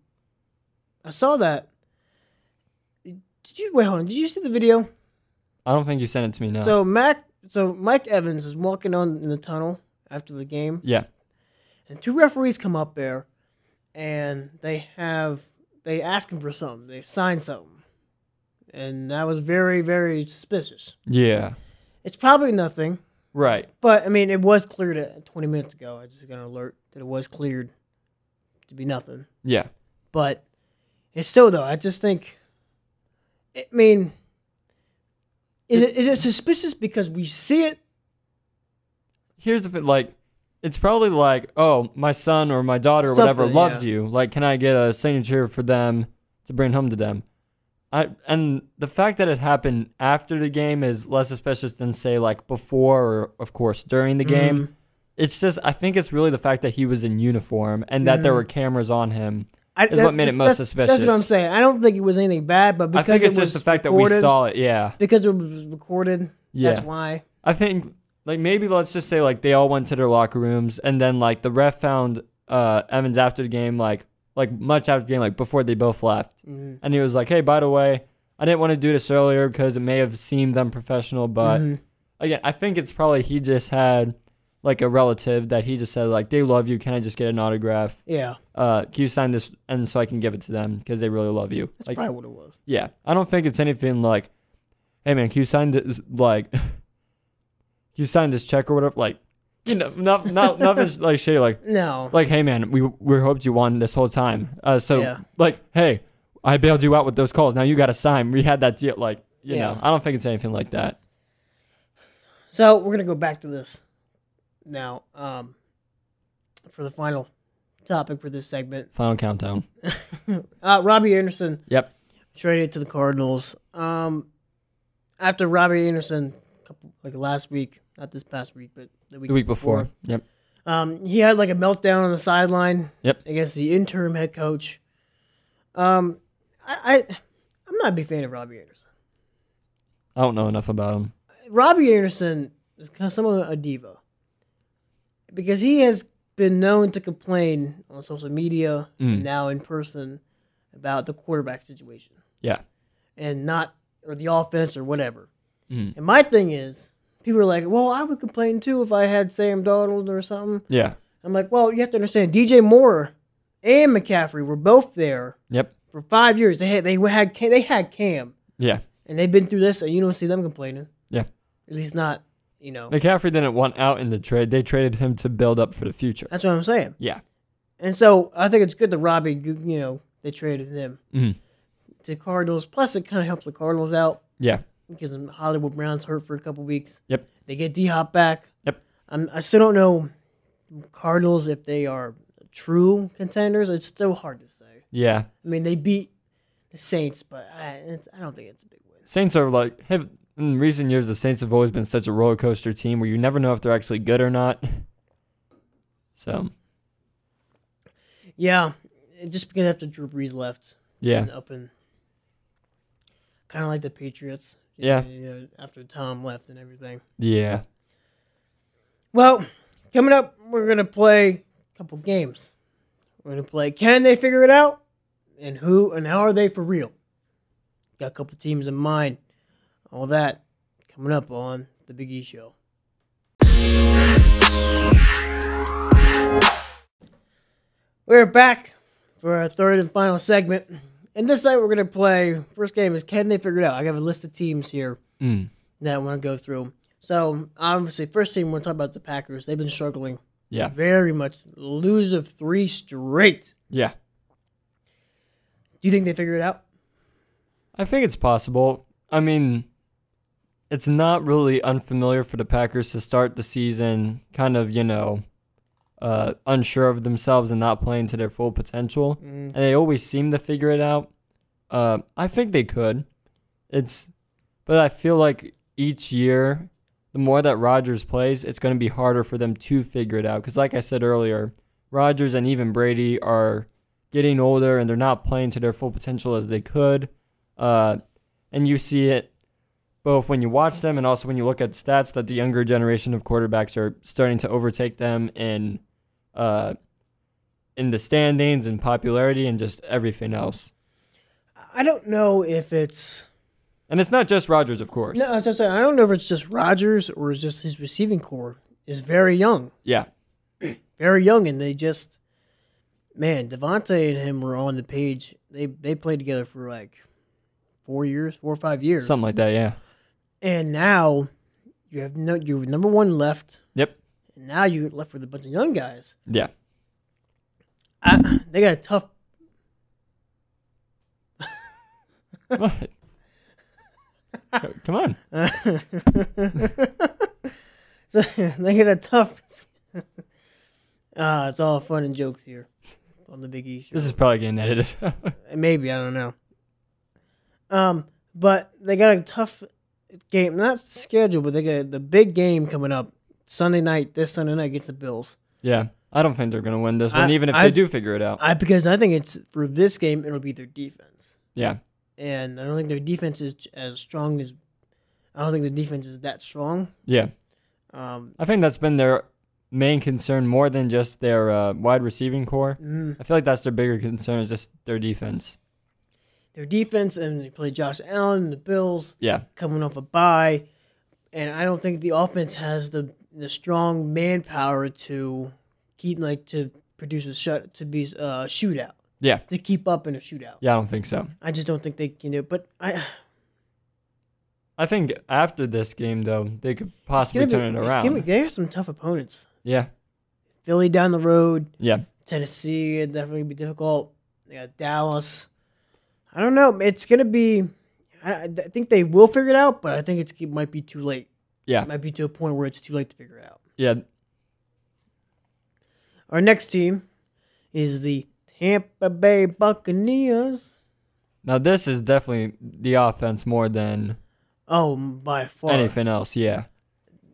A: I saw that. Did you wait? Hold on. Did you see the video?
B: I don't think you sent it to me now.
A: So Mac, so Mike Evans is walking on in the tunnel after the game,
B: yeah.
A: and two referees come up there, and they have they ask him for something. They sign something, and that was very very suspicious.
B: Yeah.
A: It's probably nothing.
B: Right.
A: But I mean, it was cleared at 20 minutes ago. I just got an alert that it was cleared to be nothing.
B: Yeah.
A: But it's still though. I just think. I mean, is it is it suspicious because we see it?
B: Here's the thing, like it's probably like, oh, my son or my daughter or whatever
A: Something,
B: loves
A: yeah.
B: you. Like, can I get a signature for them to bring home to them? I and the fact that it happened after the game is less suspicious than say like before or of course during the
A: Mm. Mm-hmm.
B: game. It's just I think it's really the fact that he was in uniform and that there
A: Mm.
B: were cameras on him.
A: I,
B: Is what made it most
A: That's what I'm
B: suspicious.
A: saying. I don't think it was anything bad, but
B: I
A: because
B: think it's
A: it was
B: just the fact
A: recorded,
B: that we saw it. Yeah.
A: because it was recorded.
B: Yeah.
A: That's why.
B: I think like maybe let's just say like they all went to their locker rooms and then like the ref found uh Evans after the game like like much after the game like before they both left
A: Mhm.
B: and he was like hey by the way I didn't want to do this earlier because it may have seemed unprofessional but
A: Mhm.
B: again I think it's probably he just had like a relative that he just said like they love you can I just get an autograph
A: Yeah,
B: uh can you sign this and so I can give it to them because they really love you
A: that's
B: like
A: probably what it was.
B: yeah, I don't think it's anything like, hey man, can you sign this like, [laughs] can you sign this check or whatever? Like, you know, not
A: [laughs]
B: not nothing like shitty. Like
A: No,
B: like hey man, we we hoped you won this whole time. Uh, so
A: Yeah.
B: like hey, I bailed you out with those calls. Now you got to sign. We had that deal. Like you
A: Yeah.
B: know, I don't think it's anything like that.
A: So we're gonna go back to this now um, for the final topic for this segment. [laughs]
B: Final countdown.
A: Uh, Robbie Anderson
B: Yep.
A: traded to the Cardinals. Um, after Robbie Anderson, couple, like last week, not this past week, but the week,
B: The week before. Yep.
A: um, he had like a meltdown on the sideline.
B: Yep.
A: Against the interim head coach. Um, I, I I'm not a big fan of Robbie Anderson.
B: I don't know enough about him.
A: Robbie Anderson is kind of somewhat a diva because he has been known to complain on social media
B: Mm.
A: and now in person about the quarterback situation
B: Yeah.
A: and not or the offense or whatever.
B: Mm.
A: And my thing is, people are like, "Well, I would complain too if I had Sam Donald or something."
B: Yeah.
A: I'm like, "Well, you have to understand, DJ Moore and McCaffrey were both there
B: Yep.
A: for five years. They had they had Cam- they had Cam,
B: Yeah.
A: and they've been through this, and you don't see them complaining.
B: Yeah.
A: At least not, you know."
B: McCaffrey didn't want out in the trade. They traded him to build up for the future.
A: That's what I'm saying.
B: Yeah.
A: And so I think it's good that Robbie, you know, they traded him
B: Mhm.
A: to Cardinals. Plus, it kind of helps the Cardinals out
B: Yeah.
A: because Hollywood Brown's hurt for a couple weeks.
B: Yep.
A: They get D Hop back.
B: Yep.
A: I'm, I still don't know Cardinals if they are true contenders. It's still hard to say.
B: Yeah.
A: I mean, they beat the Saints, but I, it's, I don't think it's a big win.
B: Saints are like have in recent years the Saints have always been such a roller coaster team where you never know if they're actually good or not. [laughs] So
A: Yeah, it- just because after Drew Brees left
B: yeah,
A: and up in kind of like the Patriots. you
B: Yeah.
A: know, you know, after Tom left and everything.
B: yeah,
A: Well, coming up, we're going to play a couple games. We're going to play Can They Figure It Out? And Who and How Are They For Real? Got a couple teams in mind. All that coming up on The Big E Show. We're back for our third and final segment. And this night we're going to play. First game is Can They Figure It Out? I have a list of teams here
B: mm.
A: that I want to go through. So obviously, first thing we're talking about is the Packers. They've been struggling
B: yeah,
A: very much. Lose of three straight.
B: yeah.
A: Do you think they figure it out?
B: I think it's possible. I mean, it's not really unfamiliar for the Packers to start the season kind of you know uh, unsure of themselves and not playing to their full potential,
A: Mm.
B: and they always seem to figure it out. Uh, I think they could. It's, but I feel like each year, the more that Rodgers plays, it's going to be harder for them to figure it out. Because, like I said earlier, Rodgers and even Brady are getting older and they're not playing to their full potential as they could. Uh, and you see it both when you watch them and also when you look at stats that the younger generation of quarterbacks are starting to overtake them in uh, in the standings and popularity and just everything else.
A: I don't know if it's
B: And it's not just Rodgers, of course.
A: no. That's what I'm saying. I don't know if it's just Rodgers or it's just his receiving core is very young,
B: Yeah,
A: very young, and they just man Devontae and him were on the page. They they played together for like four years, four or five years,
B: something like that. Yeah.
A: and now you have no you have number one left.
B: Yep.
A: And now you're left with a bunch of young guys. [laughs]
B: Yeah.
A: I, they got a tough. [laughs]
B: What? Come on.
A: so they got a tough. [laughs] Ah, it's all fun and jokes here on the Big E show.
B: This is probably getting edited. [laughs]
A: Maybe I don't know. Um, but they got a tough game, not schedule, but they got the big game coming up Sunday night. This Sunday night against the Bills.
B: yeah. I don't think they're going to win this one,
A: I-
B: even if
A: I-
B: they do figure it out.
A: I because I think it's for this game it'll be their defense.
B: yeah.
A: and I don't think their defense is as strong as. I don't think the defense is that strong.
B: Yeah.
A: Um,
B: I think that's been their main concern more than just their uh, wide receiving core.
A: mm,
B: I feel like that's their bigger concern is just their defense.
A: their defense, and they play Josh Allen, the Bills
B: Yeah.
A: coming off a bye, and I don't think the offense has the the strong manpower to keep like to produce a shut to be uh, a shootout.
B: Yeah.
A: to keep up in a shootout.
B: Yeah, I don't think so.
A: I just don't think they can do. it. But I
B: I think after this game, though, they could
A: it's
B: possibly
A: gonna
B: turn
A: be-
B: it
A: it's
B: around.
A: gonna be- they have some tough opponents.
B: yeah.
A: Philly down the road.
B: Yeah.
A: Tennessee it'd definitely be difficult. They got Dallas. I don't know. It's gonna be. I, I think they will figure it out, but I think it's it might be too late.
B: Yeah.
A: It might be to a point where it's too late to figure it out.
B: Yeah.
A: Our next team is the Tampa Bay Buccaneers.
B: Now, this is definitely the offense more than
A: Oh, by far.
B: anything else. Yeah.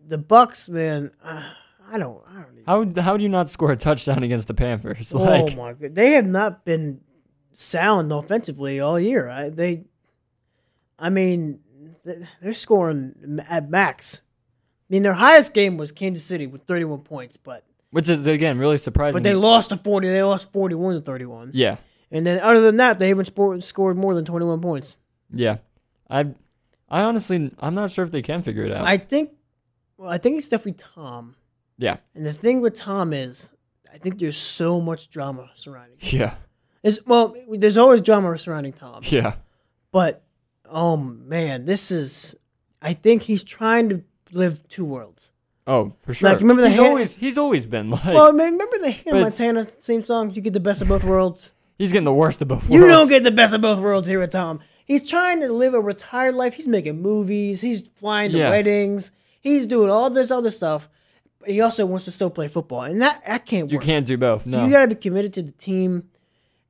A: The Bucks, man. Uh, I don't. I don't. Even,
B: How how do you not score a touchdown against the Panthers? [laughs]
A: oh
B: Like,
A: my god, they have not been sound offensively all year. I, they, I mean, th- they're scoring at max. I mean, their highest game was Kansas City with 31 points, but
B: which is again really surprising.
A: but they lost to 40. They lost 41 to 31,
B: yeah,
A: and then other than that, they haven't scored scored more than 21 points.
B: yeah. I I honestly I'm not sure if they can figure it out.
A: I think, well, I think it's definitely Tom.
B: yeah, [laughs]
A: And the thing with Tom is, I think there's so much drama surrounding. him.
B: yeah,
A: It's, well, there's always drama surrounding Tom.
B: yeah,
A: But oh man, this is. I think he's trying to live two worlds.
B: Oh, for sure.
A: remember the
B: he's
A: hand-
B: always he's always been like
A: Well, I mean, remember the Hannah
B: But-
A: Montana theme song? You get the best of both worlds.
B: he's getting the worst of both
A: You don't
B: worlds.
A: get the best of both worlds here with Tom. He's trying to live a retired life. He's making movies. He's flying to
B: Yeah.
A: weddings. He's doing all this other stuff. But he also wants to still play football, and that that can't
B: you
A: work.
B: can't do both. No.
A: You got to be committed to the team,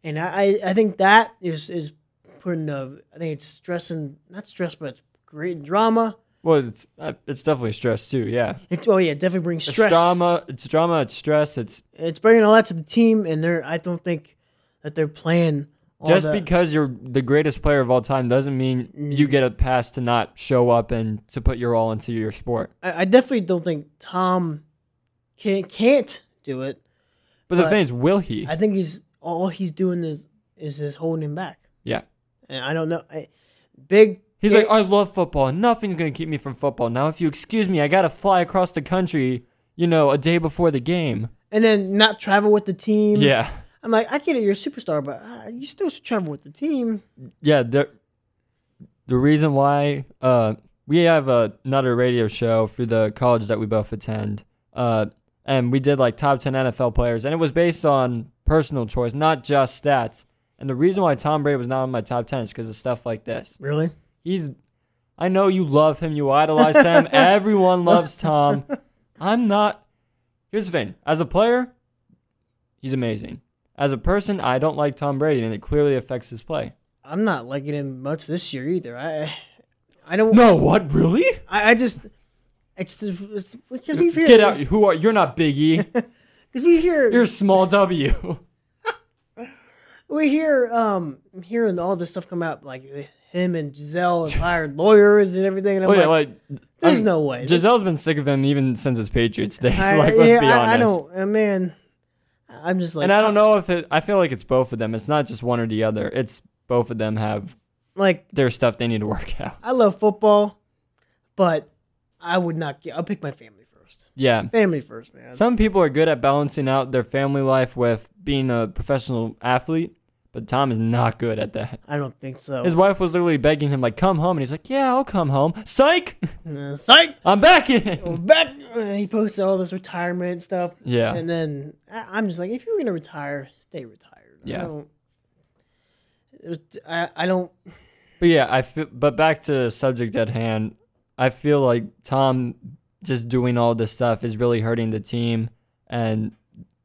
A: and I I I think that is is putting the I think it's stressing not stress but it's creating drama.
B: well, it's uh, it's definitely stress too. Yeah.
A: It's, oh yeah, it definitely brings
B: It's
A: stress.
B: drama. It's drama. It's stress. It's
A: It's bringing all that to the team, and they're I don't think that they're playing. All
B: just
A: the, Mm.
B: because you're the greatest player of all time doesn't mean you get a pass to not show up and to put your all into your sport.
A: I, I definitely don't think Tom can, can't do it.
B: But, the
A: But-
B: thing is, will he?
A: I think he's all he's doing is is is holding him back,
B: yeah.
A: and I don't know. I, big
B: He's
A: ga-
B: like, "Oh, I love football. Nothing's gonna keep me from football. Now, if you excuse me, I gotta fly across the country. You know, a day before the game.
A: and then not travel with the team.
B: Yeah,
A: I'm like, I get it, you're a superstar, but uh, you still should travel with the team.
B: yeah. The the reason why uh, we have a, another radio show for the college that we both attend, uh, and we did like top ten NFL players, and it was based on personal choice, not just stats. And the reason why Tom Brady was not in my top ten is because of stuff like this.
A: Really?
B: He's. I know you love him. You idolize him. Everyone loves Tom. I'm not. Here's the thing. As a player, He's amazing. As a person, I don't like Tom Brady, and it clearly affects his play.
A: I'm not liking him much this year either. I I don't.
B: No, what really?
A: I, I just it's because we hear
B: Get out! Who are you're not Biggie.
A: [laughs] because we hear
B: You're small W.
A: we hear um hearing all this stuff come out like him and Giselle have hired lawyers and everything. And I'm
B: Wait,
A: like,
B: like,
A: there's
B: Oh, I'm-
A: no way.
B: Giselle's been sick of him even since his Patriots days. [laughs]
A: I,
B: like, let's
A: yeah,
B: be
A: I-
B: honest.
A: I, don't. uh, Man, I'm just like
B: and I don't know if it. I feel like it's both of them. It's not just one or the other. It's both of them have
A: like
B: their stuff they need to [laughs] work out.
A: I love football, but I would not get. I'll pick my family first.
B: Yeah.
A: Family first, man.
B: Some people are good at balancing out their family life with being a professional athlete, but Tom is not good at that.
A: I don't think so.
B: His wife was literally begging him, like, come home. And he's like, yeah, I'll come home. Psych!
A: Uh, Psych.
B: I'm
A: [laughs]
B: back in.
A: Back. Uh, He posted all this retirement stuff,
B: Yeah.
A: and then I, I'm just like, if you're gonna retire, stay retired.
B: Yeah.
A: I don't. it was- I, I don't.
B: But yeah, I feel, but back to the subject at hand, I feel like Tom just doing all this stuff is really hurting the team. And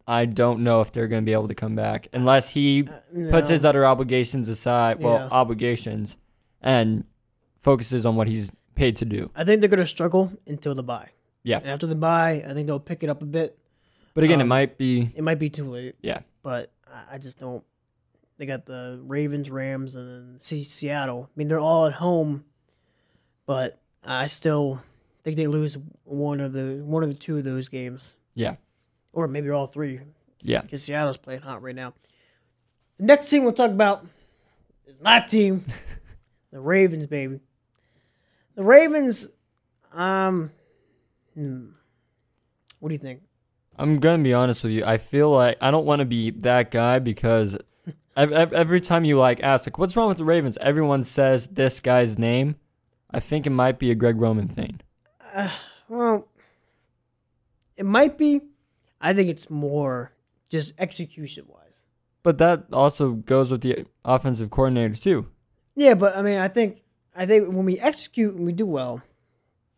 B: I don't know if they're going to be able to come back unless he
A: uh, no.
B: puts his other obligations aside. Well,
A: Yeah.
B: obligations and focuses on what he's paid to do.
A: I think they're gonna struggle until the buy.
B: Yeah.
A: And after the buy, I think they'll pick it up a bit.
B: But again,
A: Um,
B: it might be
A: It might be too late.
B: Yeah.
A: But I, I just don't. They got the Ravens, Rams, and then Se- Seattle. I mean, they're all at home, but I still think they lose one of the one of the two of those games,
B: yeah,
A: or maybe all three,
B: yeah.
A: because Seattle's playing hot right now. The next team we'll talk about is my team, the Ravens, baby. The Ravens. Um. hmm. What do you think?
B: I'm gonna be honest with you. I feel like I don't want to be that guy because ev- ev- every time you like ask like what's wrong with the Ravens, everyone says this guy's name. I think it might be a Greg Roman thing.
A: Well, it might be. I think it's more just execution wise.
B: But that also goes with the offensive coordinators too.
A: Yeah, but I mean, I think I think when we execute and we do well,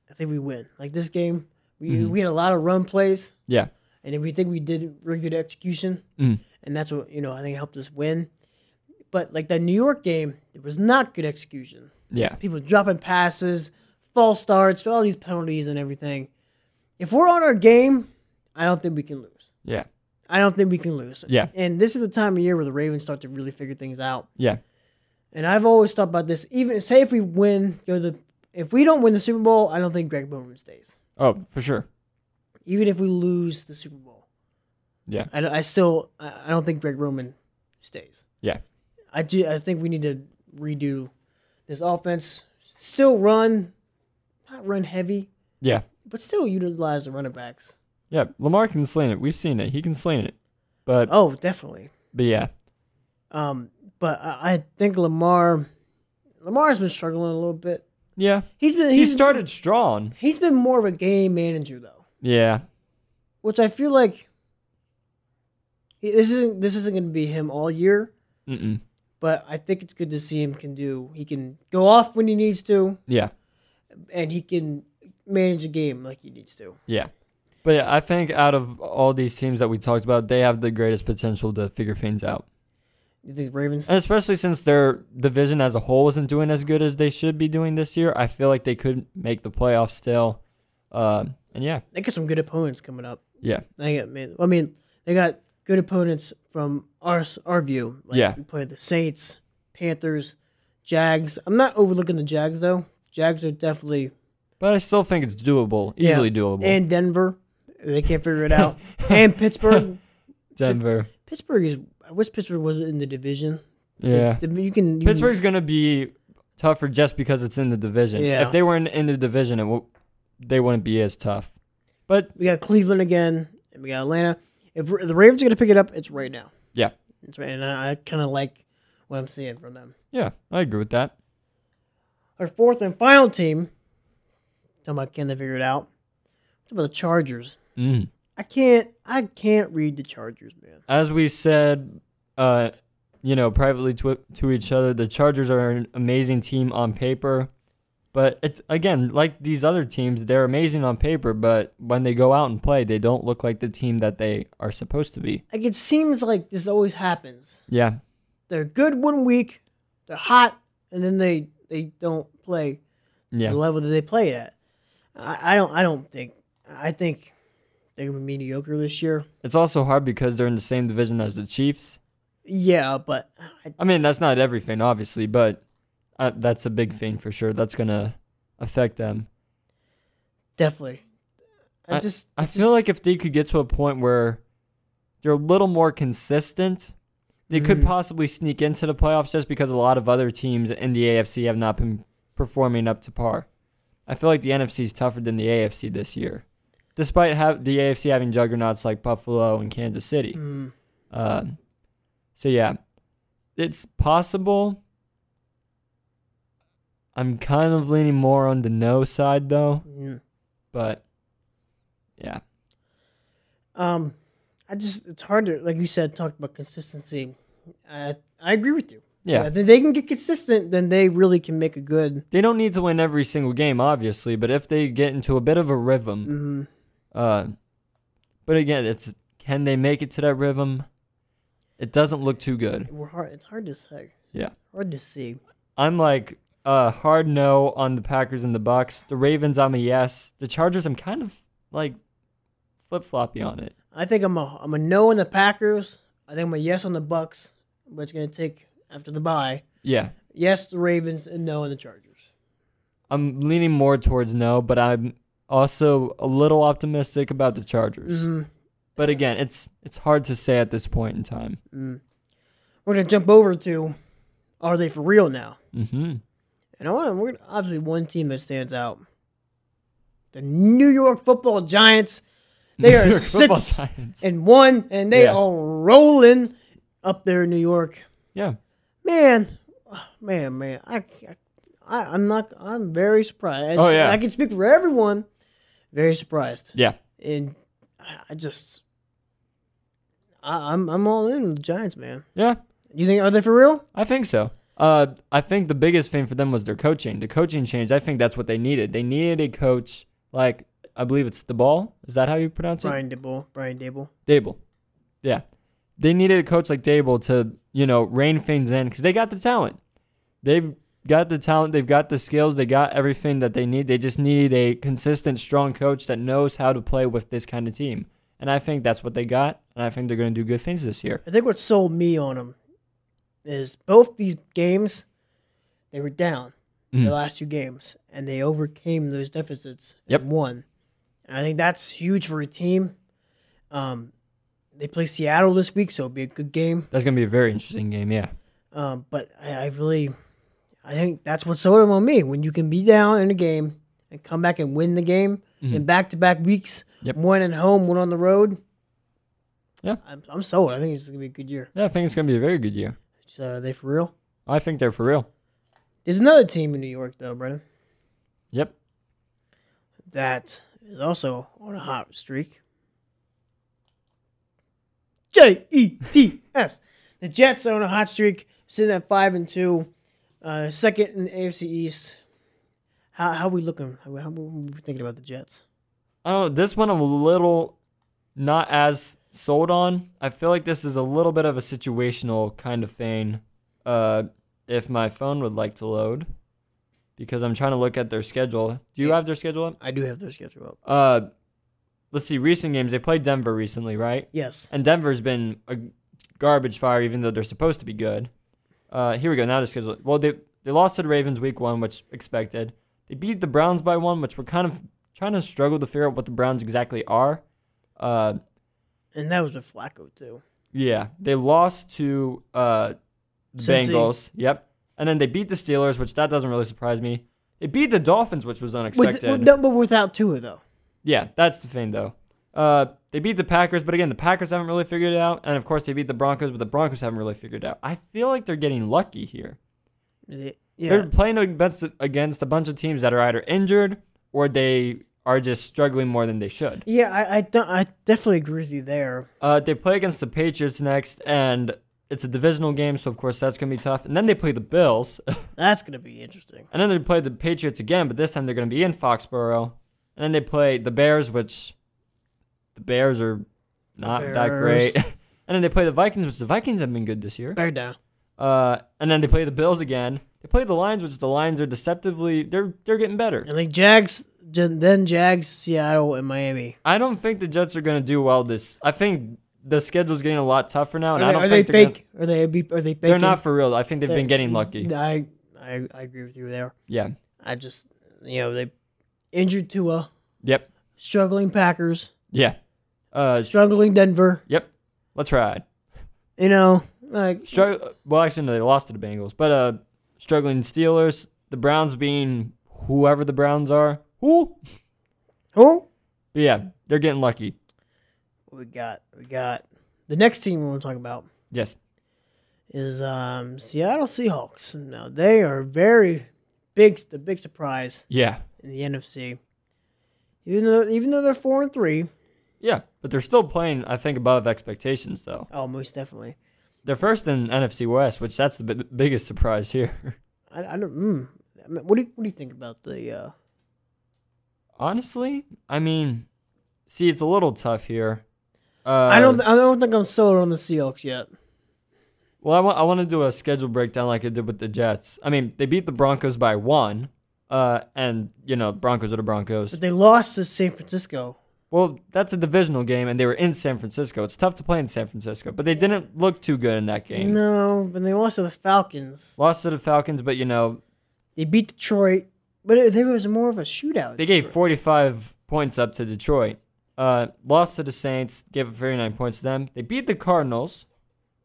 A: I think we win. Like this game, we we had a lot of run plays,
B: Yeah.
A: and then we think we did really good execution,
B: Mm.
A: and that's what you know I think helped us win. But like that New York game, it was not good execution.
B: Yeah.
A: people dropping passes, false starts, all these penalties and everything. If we're on our game, I don't think we can lose.
B: Yeah.
A: I don't think we can lose.
B: Yeah.
A: And this is the time of year where the Ravens start to really figure things out.
B: Yeah.
A: And I've always thought about this. Even say if we win, go to the if we don't win the Super Bowl, I don't think Greg Roman stays.
B: Oh, for sure.
A: Even if we lose the Super Bowl,
B: Yeah.
A: I, don't- I still I I don't think Greg Roman stays.
B: Yeah.
A: I ju- I think we need to redo this offense. Still run, not run heavy,
B: Yeah.
A: but still utilize the running backs.
B: Yeah. Lamar can sling it. We've seen it. He can sling it. But
A: Oh, definitely.
B: but yeah.
A: Um, but I, I think Lamar, Lamar's been struggling a little bit.
B: Yeah.
A: He's been
B: He
A: he's
B: started strong.
A: he's been more of a game manager though,
B: Yeah.
A: which I feel like he- this isn't this isn't going to be him all year.
B: Mm-mm.
A: But I think it's good to see him can do. He can go off when he needs to,
B: Yeah.
A: and he can manage a game like he needs to.
B: Yeah. But yeah, I think out of all these teams that we talked about, they have the greatest potential to figure things out.
A: You think Ravens?
B: And especially since their division as a whole isn't doing as good as they should be doing this year, I feel like they could make the playoffs still. Um, and yeah,
A: They got some good opponents coming up.
B: yeah,
A: They got man. I mean, they got good opponents from our our view. Like
B: Yeah.
A: we play the Saints, Panthers, Jags. I'm not overlooking the Jags though. Jags are definitely
B: but I still think it's doable,
A: yeah.
B: easily doable.
A: And Denver, they can't figure it
B: [laughs]
A: out. and Pittsburgh,
B: Denver,
A: Pittsburgh is. I wish Pittsburgh was in the division. 'Cause
B: yeah,
A: the- you can you,
B: Pittsburgh's gonna be tougher just because it's in the division.
A: Yeah.
B: If they weren't in the division, it w- they wouldn't be as tough. But
A: We got Cleveland again, and we got Atlanta. If r- the Ravens are gonna pick it up, it's right now.
B: yeah,
A: It's right, and I, I kind of like what I'm seeing from them.
B: yeah, I agree with that.
A: Our fourth and final team. Talking about can they figure it out? What about the Chargers?
B: Mm.
A: I can't. I can't read the Chargers, man.
B: as we said, uh, you know, privately to, to each other, the Chargers are an amazing team on paper, But it's again like these other teams, they're amazing on paper, but when they go out and play, they don't look like the team that they are supposed to be.
A: Like it seems like this always happens.
B: Yeah,
A: They're good one week, they're hot, and then they they don't play
B: yeah.
A: the level that they play at. I, I don't I don't think I think they're gonna be mediocre this year.
B: It's also hard because they're in the same division as the Chiefs.
A: Yeah, but I,
B: I mean, that's not everything, obviously, but uh, that's a big thing for sure. That's gonna affect them.
A: definitely. I, just
B: I
A: it's
B: feel
A: just-
B: like if they could get to a point where they're a little more consistent, they could
A: Mhm.
B: possibly sneak into the playoffs just because a lot of other teams in the AFC have not been performing up to par. I feel like the NFC is tougher than the AFC this year, despite have the AFC having juggernauts like Buffalo and Kansas City.
A: Mm,
B: Um, so yeah, it's possible. I'm kind of leaning more on the no side though,
A: mm.
B: but yeah,
A: Um, I just it's hard to like you said talk about consistency. I I agree with you.
B: yeah.
A: If they can get consistent, then they really can make a good.
B: They don't need to win every single game, obviously, but if they get into a bit of a rhythm,
A: Mm,
B: uh, but again, it's can they make it to that rhythm? It doesn't look too good.
A: we're hard. It's hard to say.
B: Yeah.
A: Hard to see.
B: I'm like uh, hard no on the Packers and the Bucks. The Ravens, I'm a yes. The Chargers, I'm kind of like flip floppy on it.
A: I think I'm a I'm a no on the Packers. I think I'm a yes on the Bucks, but it's gonna take after the bye.
B: Yeah,
A: Yes, the Ravens and no on the Chargers.
B: I'm leaning more towards no, but I'm also a little optimistic about the Chargers.
A: Mhm.
B: But again, it's it's hard to say at this point in time.
A: We're gonna jump over to are they for real now?
B: hmm
A: And I want we're gonna, obviously one team that stands out. The New York Football Giants. They
B: [laughs]
A: are six and one, and they
B: Yeah.
A: are rolling up there in New York.
B: yeah.
A: Man, man, man, I, I, I'm not. I'm very surprised.
B: Oh, yeah.
A: I can speak for everyone. Very surprised,
B: Yeah.
A: and I I just, I, I'm, I'm all in with the Giants, man.
B: Yeah.
A: You think are they for real?
B: I think so. Uh, I think the biggest thing for them was their coaching. The coaching change. I think that's what they needed. They needed a coach like I believe it's the ball. Is that how you pronounce it?
A: Brian Dable, Brian Dable.
B: Dable. Yeah. They needed a coach like Dable to, you know, rein things in because they got the talent. They've got the talent. They've got the skills. They got everything that they need. They just need a consistent, strong coach that knows how to play with this kind of team. And I think that's what they got. And I think they're going to do good things this year.
A: I think what sold me on them is both these games, they were down
B: Mhm.
A: the last two games, and they overcame those deficits
B: Yep.
A: and won. And I think that's huge for a team. Um, they play Seattle this week, so it'll be a good game.
B: That's going to be a very interesting game. Yeah.
A: Um, but I, I really, I think that's what sold them on me. When you can be down in a game and come back and win the game in back to back weeks,
B: Mm-hmm. Yep.
A: one at home, one on the road.
B: Yeah.
A: I'm, I'm sold. I think it's gonna be a good year.
B: Yeah, I think it's going to be a very good year.
A: So are they for real?
B: I think they're for real.
A: There's another team in New York, though, Brennan,
B: Yep.
A: that is also on a hot streak. J E T S. The Jets are on a hot streak, sitting at five and two, uh, second in the AFC East. How how we looking? How, how we thinking about the Jets?
B: Oh, this one I'm a little not as sold on. I feel like this is a little bit of a situational kind of thing. Uh, if my phone would like to load, because I'm trying to look at their schedule. Do you
A: Yeah.
B: have their schedule up?
A: I do have their schedule up.
B: Uh, let's see. Recent games they played Denver recently, right?
A: Yes.
B: And Denver's been a garbage fire, even though they're supposed to be good. Uh, here we go. Now the schedule. Well, they they lost to the Ravens week one, which expected. They beat the Browns by one, which we're kind of trying to struggle to figure out what the Browns exactly are. Uh,
A: And that was with Flacco too.
B: yeah, they lost to uh, the
A: Cincy.
B: Bengals. Yep, and then they beat the Steelers, which that doesn't really surprise me. They beat the Dolphins, which was
A: With,
B: unexpected.
A: with, no, but without Tua though.
B: Yeah, that's the thing though. Uh, they beat the Packers, but again, the Packers haven't really figured it out, and of course they beat the Broncos, but the Broncos haven't really figured it out. I feel like they're getting lucky here.
A: Yeah.
B: They're playing against against a bunch of teams that are either injured or they are just struggling more than they should.
A: Yeah, I I, don't- I definitely agree with you there.
B: Uh, they play against the Patriots next, and It's a divisional game, so of course that's going to be tough. And then they play the Bills,
A: That's gonna be interesting.
B: and then they play the Patriots again, but this time they're going to be in Foxborough. And then they play the Bears, which the Bears are not that
A: Bears.
B: great. [laughs] and then they play the Vikings, which the Vikings have been good this year.
A: Bear down.
B: Uh, and then they play the Bills again. They play the Lions, which the Lions are deceptively they're they're getting better.
A: I think Jags, J- then Jags, Seattle, and Miami.
B: I don't think the Jets are going to do well this. I think the schedule's getting a lot tougher now, and
A: Are
B: I
A: they,
B: don't
A: are they
B: think are
A: fake? Are they be- are they faking?
B: Gonna, they're not for real. I think they've been
A: They-
B: getting lucky.
A: I, I I agree with you there.
B: Yeah.
A: I just you know they injured Tua,
B: Yep.
A: struggling Packers,
B: Yeah. Uh. sh-
A: struggling Denver.
B: Yep. Let's ride.
A: You know, like
B: Strug- well, actually, no, they lost to the Bengals, but uh, struggling Steelers. The Browns being whoever the Browns are. Who?
A: who
B: But yeah, they're getting lucky.
A: we got? We got the next team we want to talk about
B: Yes.
A: is um Seattle Seahawks. Now they are very big, the big surprise
B: Yeah.
A: in the NFC. Even though even though they're four and three,
B: Yeah. But they're still playing. I think above expectations, though.
A: oh most definitely.
B: They're first in NFC West, which that's the b- biggest surprise here. [laughs]
A: I, I don't. Mm, I mean, what do you, what do you think about the? Uh,
B: Honestly, I mean, see, it's a little tough here. Uh,
A: I don't. I don't think I'm sold on the Seahawks yet.
B: Well, I want I want to do a schedule breakdown like I did with the Jets. I mean, they beat the Broncos by one, uh, and you know, Broncos are the Broncos.
A: But they lost to San Francisco.
B: Well, that's a divisional game, and they were in San Francisco. It's tough to play in San Francisco, but they didn't look too good in that game.
A: No, but they lost to the Falcons.
B: Lost to the Falcons, but you know,
A: They beat Detroit, but it, there was more of a shootout.
B: they gave 45 points up to Detroit. Uh, lost to the Saints, gave up 39 points to them. They beat the Cardinals,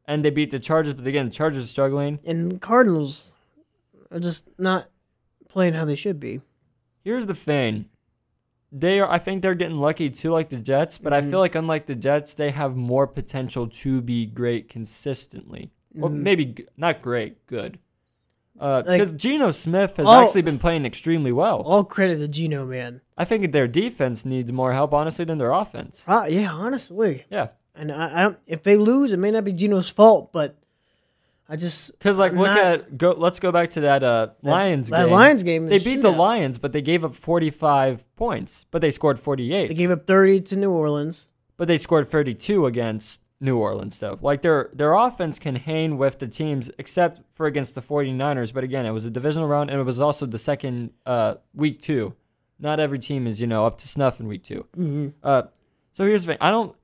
B: and they beat the Chargers. But again, the Chargers are struggling.
A: and the Cardinals are just not playing how they should be.
B: Here's the thing. They are I think they're getting lucky too like the Jets, but
A: Mm-hmm.
B: I feel like unlike the Jets, they have more potential to be great consistently. Well, maybe g- not great, good. Uh,
A: Mm-hmm. Like-
B: because Geno Smith has
A: Oh.
B: actually been playing extremely well.
A: All credit to Geno, man.
B: I think their defense needs more help, honestly, than their offense.
A: Ah, yeah, honestly.
B: Yeah,
A: And I, I don't. If they lose, it may not be Geno's fault, but I just
B: because like
A: I'm
B: look
A: not-
B: at go. Let's go back to that uh, Lions
A: that
B: game.
A: Lions game.
B: They
A: is
B: beat the
A: shootout.
B: Lions, but they gave up forty five points, but they scored forty eight.
A: They gave up thirty to New Orleans.
B: but they scored 32 against New Orleans though. Like their their offense can hang with the teams except for against the 49ers, but again, it was a divisional round and it was also the second uh week 2. Not every team is, you know, up to snuff in week 2.
A: Mhm.
B: Uh so here's the thing. I don't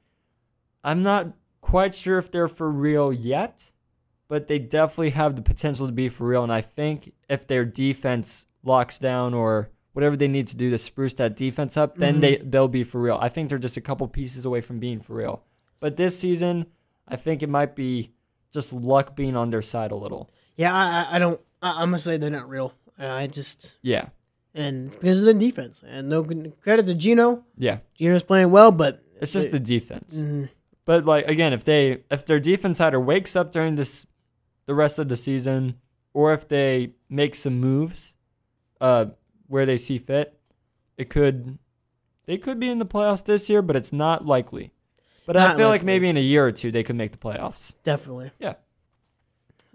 B: I'm not quite sure if they're for real yet, but they definitely have the potential to be for real and I think if their defense locks down or whatever they need to do to spruce that defense up, then they they'll be for real. I think they're just a couple pieces away from being for real. But this season, I think it might be just luck being on their side a little.
A: Yeah, I, I- I don't. I, I'm gonna say they're not real. And I just
B: Yeah.
A: and because of the defense and no con- credit to Gino.
B: Yeah.
A: Gino's playing well, but
B: It's just the defense.
A: Mhm.
B: But like again, if they if their defense either wakes up during this the rest of the season, or if they make some moves, uh, where they see fit, it could they could be in the playoffs this year, but it's not likely. But I
A: Not
B: feel like
A: likely.
B: maybe in a year or two they could make the playoffs.
A: definitely.
B: Yeah.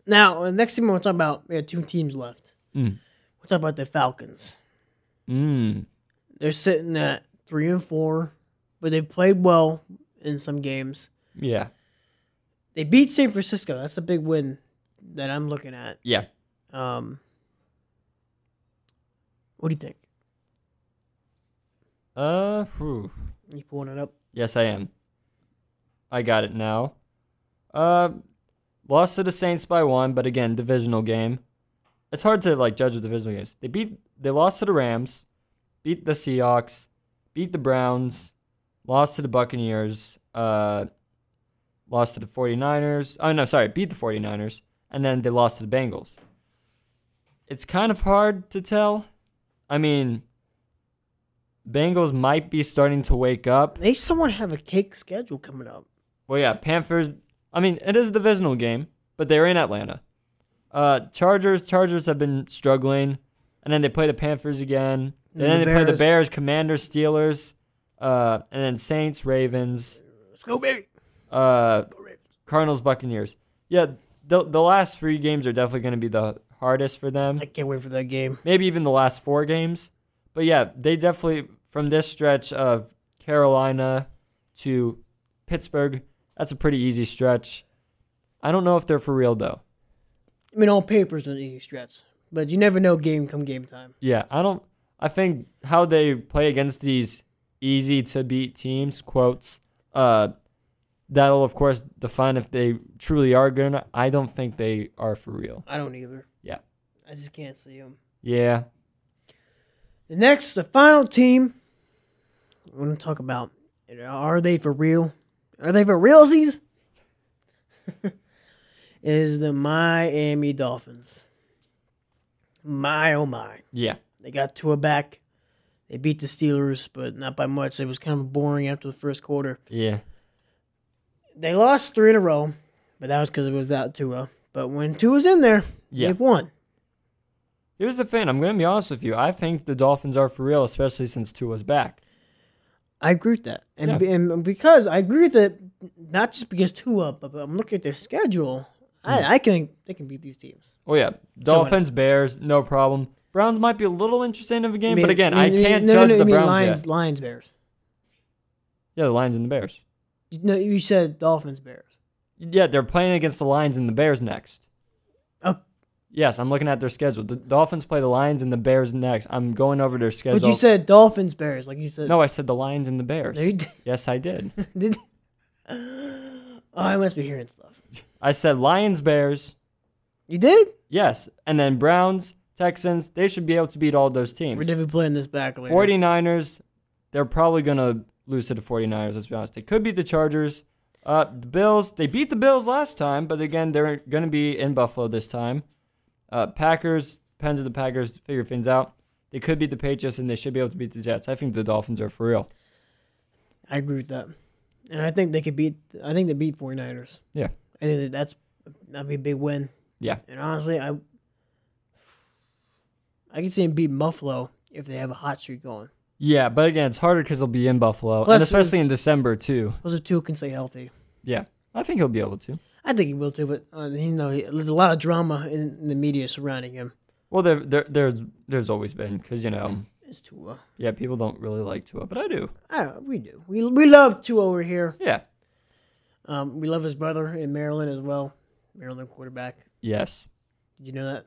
A: Now the next team we're talking about, we have two teams left.
B: Mm.
A: We'll talk about the Falcons.
B: Mm.
A: They're sitting at three and four, but they've played well in some games.
B: Yeah.
A: They beat San Francisco. That's the big win that I'm looking at.
B: Yeah.
A: Um, what do you think?
B: Uh. Whew.
A: You pulling it up?
B: Yes, I am. I got it now. Uh, lost to the Saints by one, but again, divisional game. It's hard to like judge the divisional games. They beat, they lost to the Rams, beat the Seahawks, beat the Browns, lost to the Buccaneers, uh, lost to the 49ers. Oh no, sorry, beat the 49ers, and then they lost to the Bengals. It's kind of hard to tell. I mean, Bengals might be starting to wake up.
A: They somewhat have a cake schedule coming up.
B: Well, yeah, Panthers. I mean, it is a divisional game, but they're in Atlanta. Uh, Chargers. Chargers have been struggling, and then they play the Panthers again. And
A: And
B: then
A: the
B: they play the Bears, Commanders, Steelers, uh, and then Saints, Ravens,
A: Let's go, baby.
B: uh,
A: Ravens.
B: Cardinals, Buccaneers. yeah, the the last three games are definitely going to be the hardest for them.
A: I can't wait for that game.
B: Maybe even the last four games. But yeah, they definitely from this stretch of Carolina to Pittsburgh, that's a pretty easy stretch. I don't know if they're for real though.
A: I mean, on paper it's an easy stretch, E but you never know game come game time.
B: Yeah, I don't. I think how they play against these easy to beat teams, quotes, uh, that'll of course define if they truly are good or not. I don't think they are for real.
A: I don't either.
B: Yeah.
A: I just can't see them.
B: Yeah,
A: The next, the final team I'm going to talk about. Are they for real? Are they for realsies? [laughs] Is the Miami Dolphins. My oh my.
B: yeah,
A: They got Tua back. They beat the Steelers, but not by much. It was kind of boring after the first quarter.
B: yeah,
A: They lost three in a row, but that was because it was without Tua. But when Tua's in there,
B: yeah.
A: they've won.
B: Here's the thing. I'm gonna be honest with you. I think the Dolphins are for real, especially since Tua's back.
A: I agree with that, and,
B: Yeah.
A: be- and because I agree with it, not just because Tua, but but I'm looking at their schedule.
B: Hmm.
A: I, I can they can beat these teams.
B: Oh yeah, Dolphins, Bears, no problem. Browns might be a little interesting of a game, but again, I, can't
A: no, no,
B: judge
A: no,
B: the
A: you mean
B: Browns
A: Lions,
B: yet.
A: Lions, Bears.
B: Yeah, the Lions and the Bears.
A: You- No, you said Dolphins, Bears.
B: Yeah, they're playing against the Lions and the Bears next.
A: Oh.
B: Yes, I'm looking at their schedule. The Dolphins play the Lions and the Bears next. I'm going over their schedule.
A: But you said Dolphins, Bears, like you said.
B: no, I said the Lions and the Bears.
A: [laughs] No, you did-
B: yes, I did.
A: did. [laughs] Oh, I must be hearing stuff.
B: I said Lions, Bears.
A: You did?
B: Yes, and then Browns, Texans. They should be able to beat all those
A: We're
B: teams.
A: definitely playing this back later.
B: 49ers. They're probably gonna lose to the 49ers. Let's be honest. They could beat the Chargers. Uh, the Bills. They beat the Bills last time, but again, they're gonna be in Buffalo this time. Uh, Packers. Depends if the Packers figure things out. They could beat the Patriots, and they should be able to beat the Jets. I think the Dolphins are for real.
A: I agree with that, and I think they could beat. I think they beat 49ers.
B: Yeah.
A: I think that that's that'd be a big win.
B: Yeah.
A: And honestly, I I can see him beat Buffalo if they have a hot streak going.
B: Yeah, but again, it's harder because they'll be in Buffalo, and
A: Plus,
B: especially in December too.
A: Those are two who can stay healthy.
B: Yeah, I think he'll be able to.
A: I think he will too, but uh, you know, he- there's a lot of drama in, in the media surrounding him.
B: Well, there, there, there's, there's always been because you know,
A: It's Tua.
B: yeah, people don't really like Tua, but I do.
A: I don't know, we do. We we love Tua over here.
B: Yeah.
A: Um, we love his brother in Maryland as well. Maryland quarterback.
B: Yes.
A: Did you know that?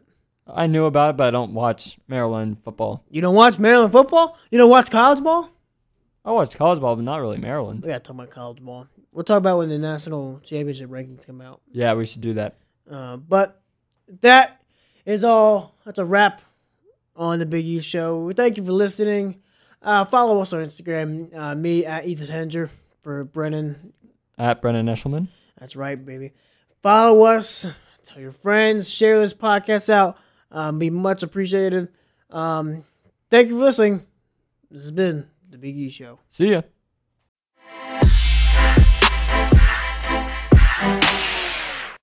B: I knew about it, but I don't watch Maryland football.
A: You don't watch Maryland football? You don't watch college ball?
B: I watch college ball, but not really Maryland.
A: We gotta talk about college ball. We'll talk about when the national championship rankings come out.
B: Yeah, we should do that.
A: Uh, but that is all. That's a wrap on the Big E show. Thank you for listening. Uh, follow us on Instagram, uh, me at Ethan Henger for Brennan.
B: At Brennan Eshelman.
A: That's right, baby. Follow us. Tell your friends. Share this podcast out. Um, be much appreciated. Um, thank you for listening. This has been the Big E Show.
B: See ya.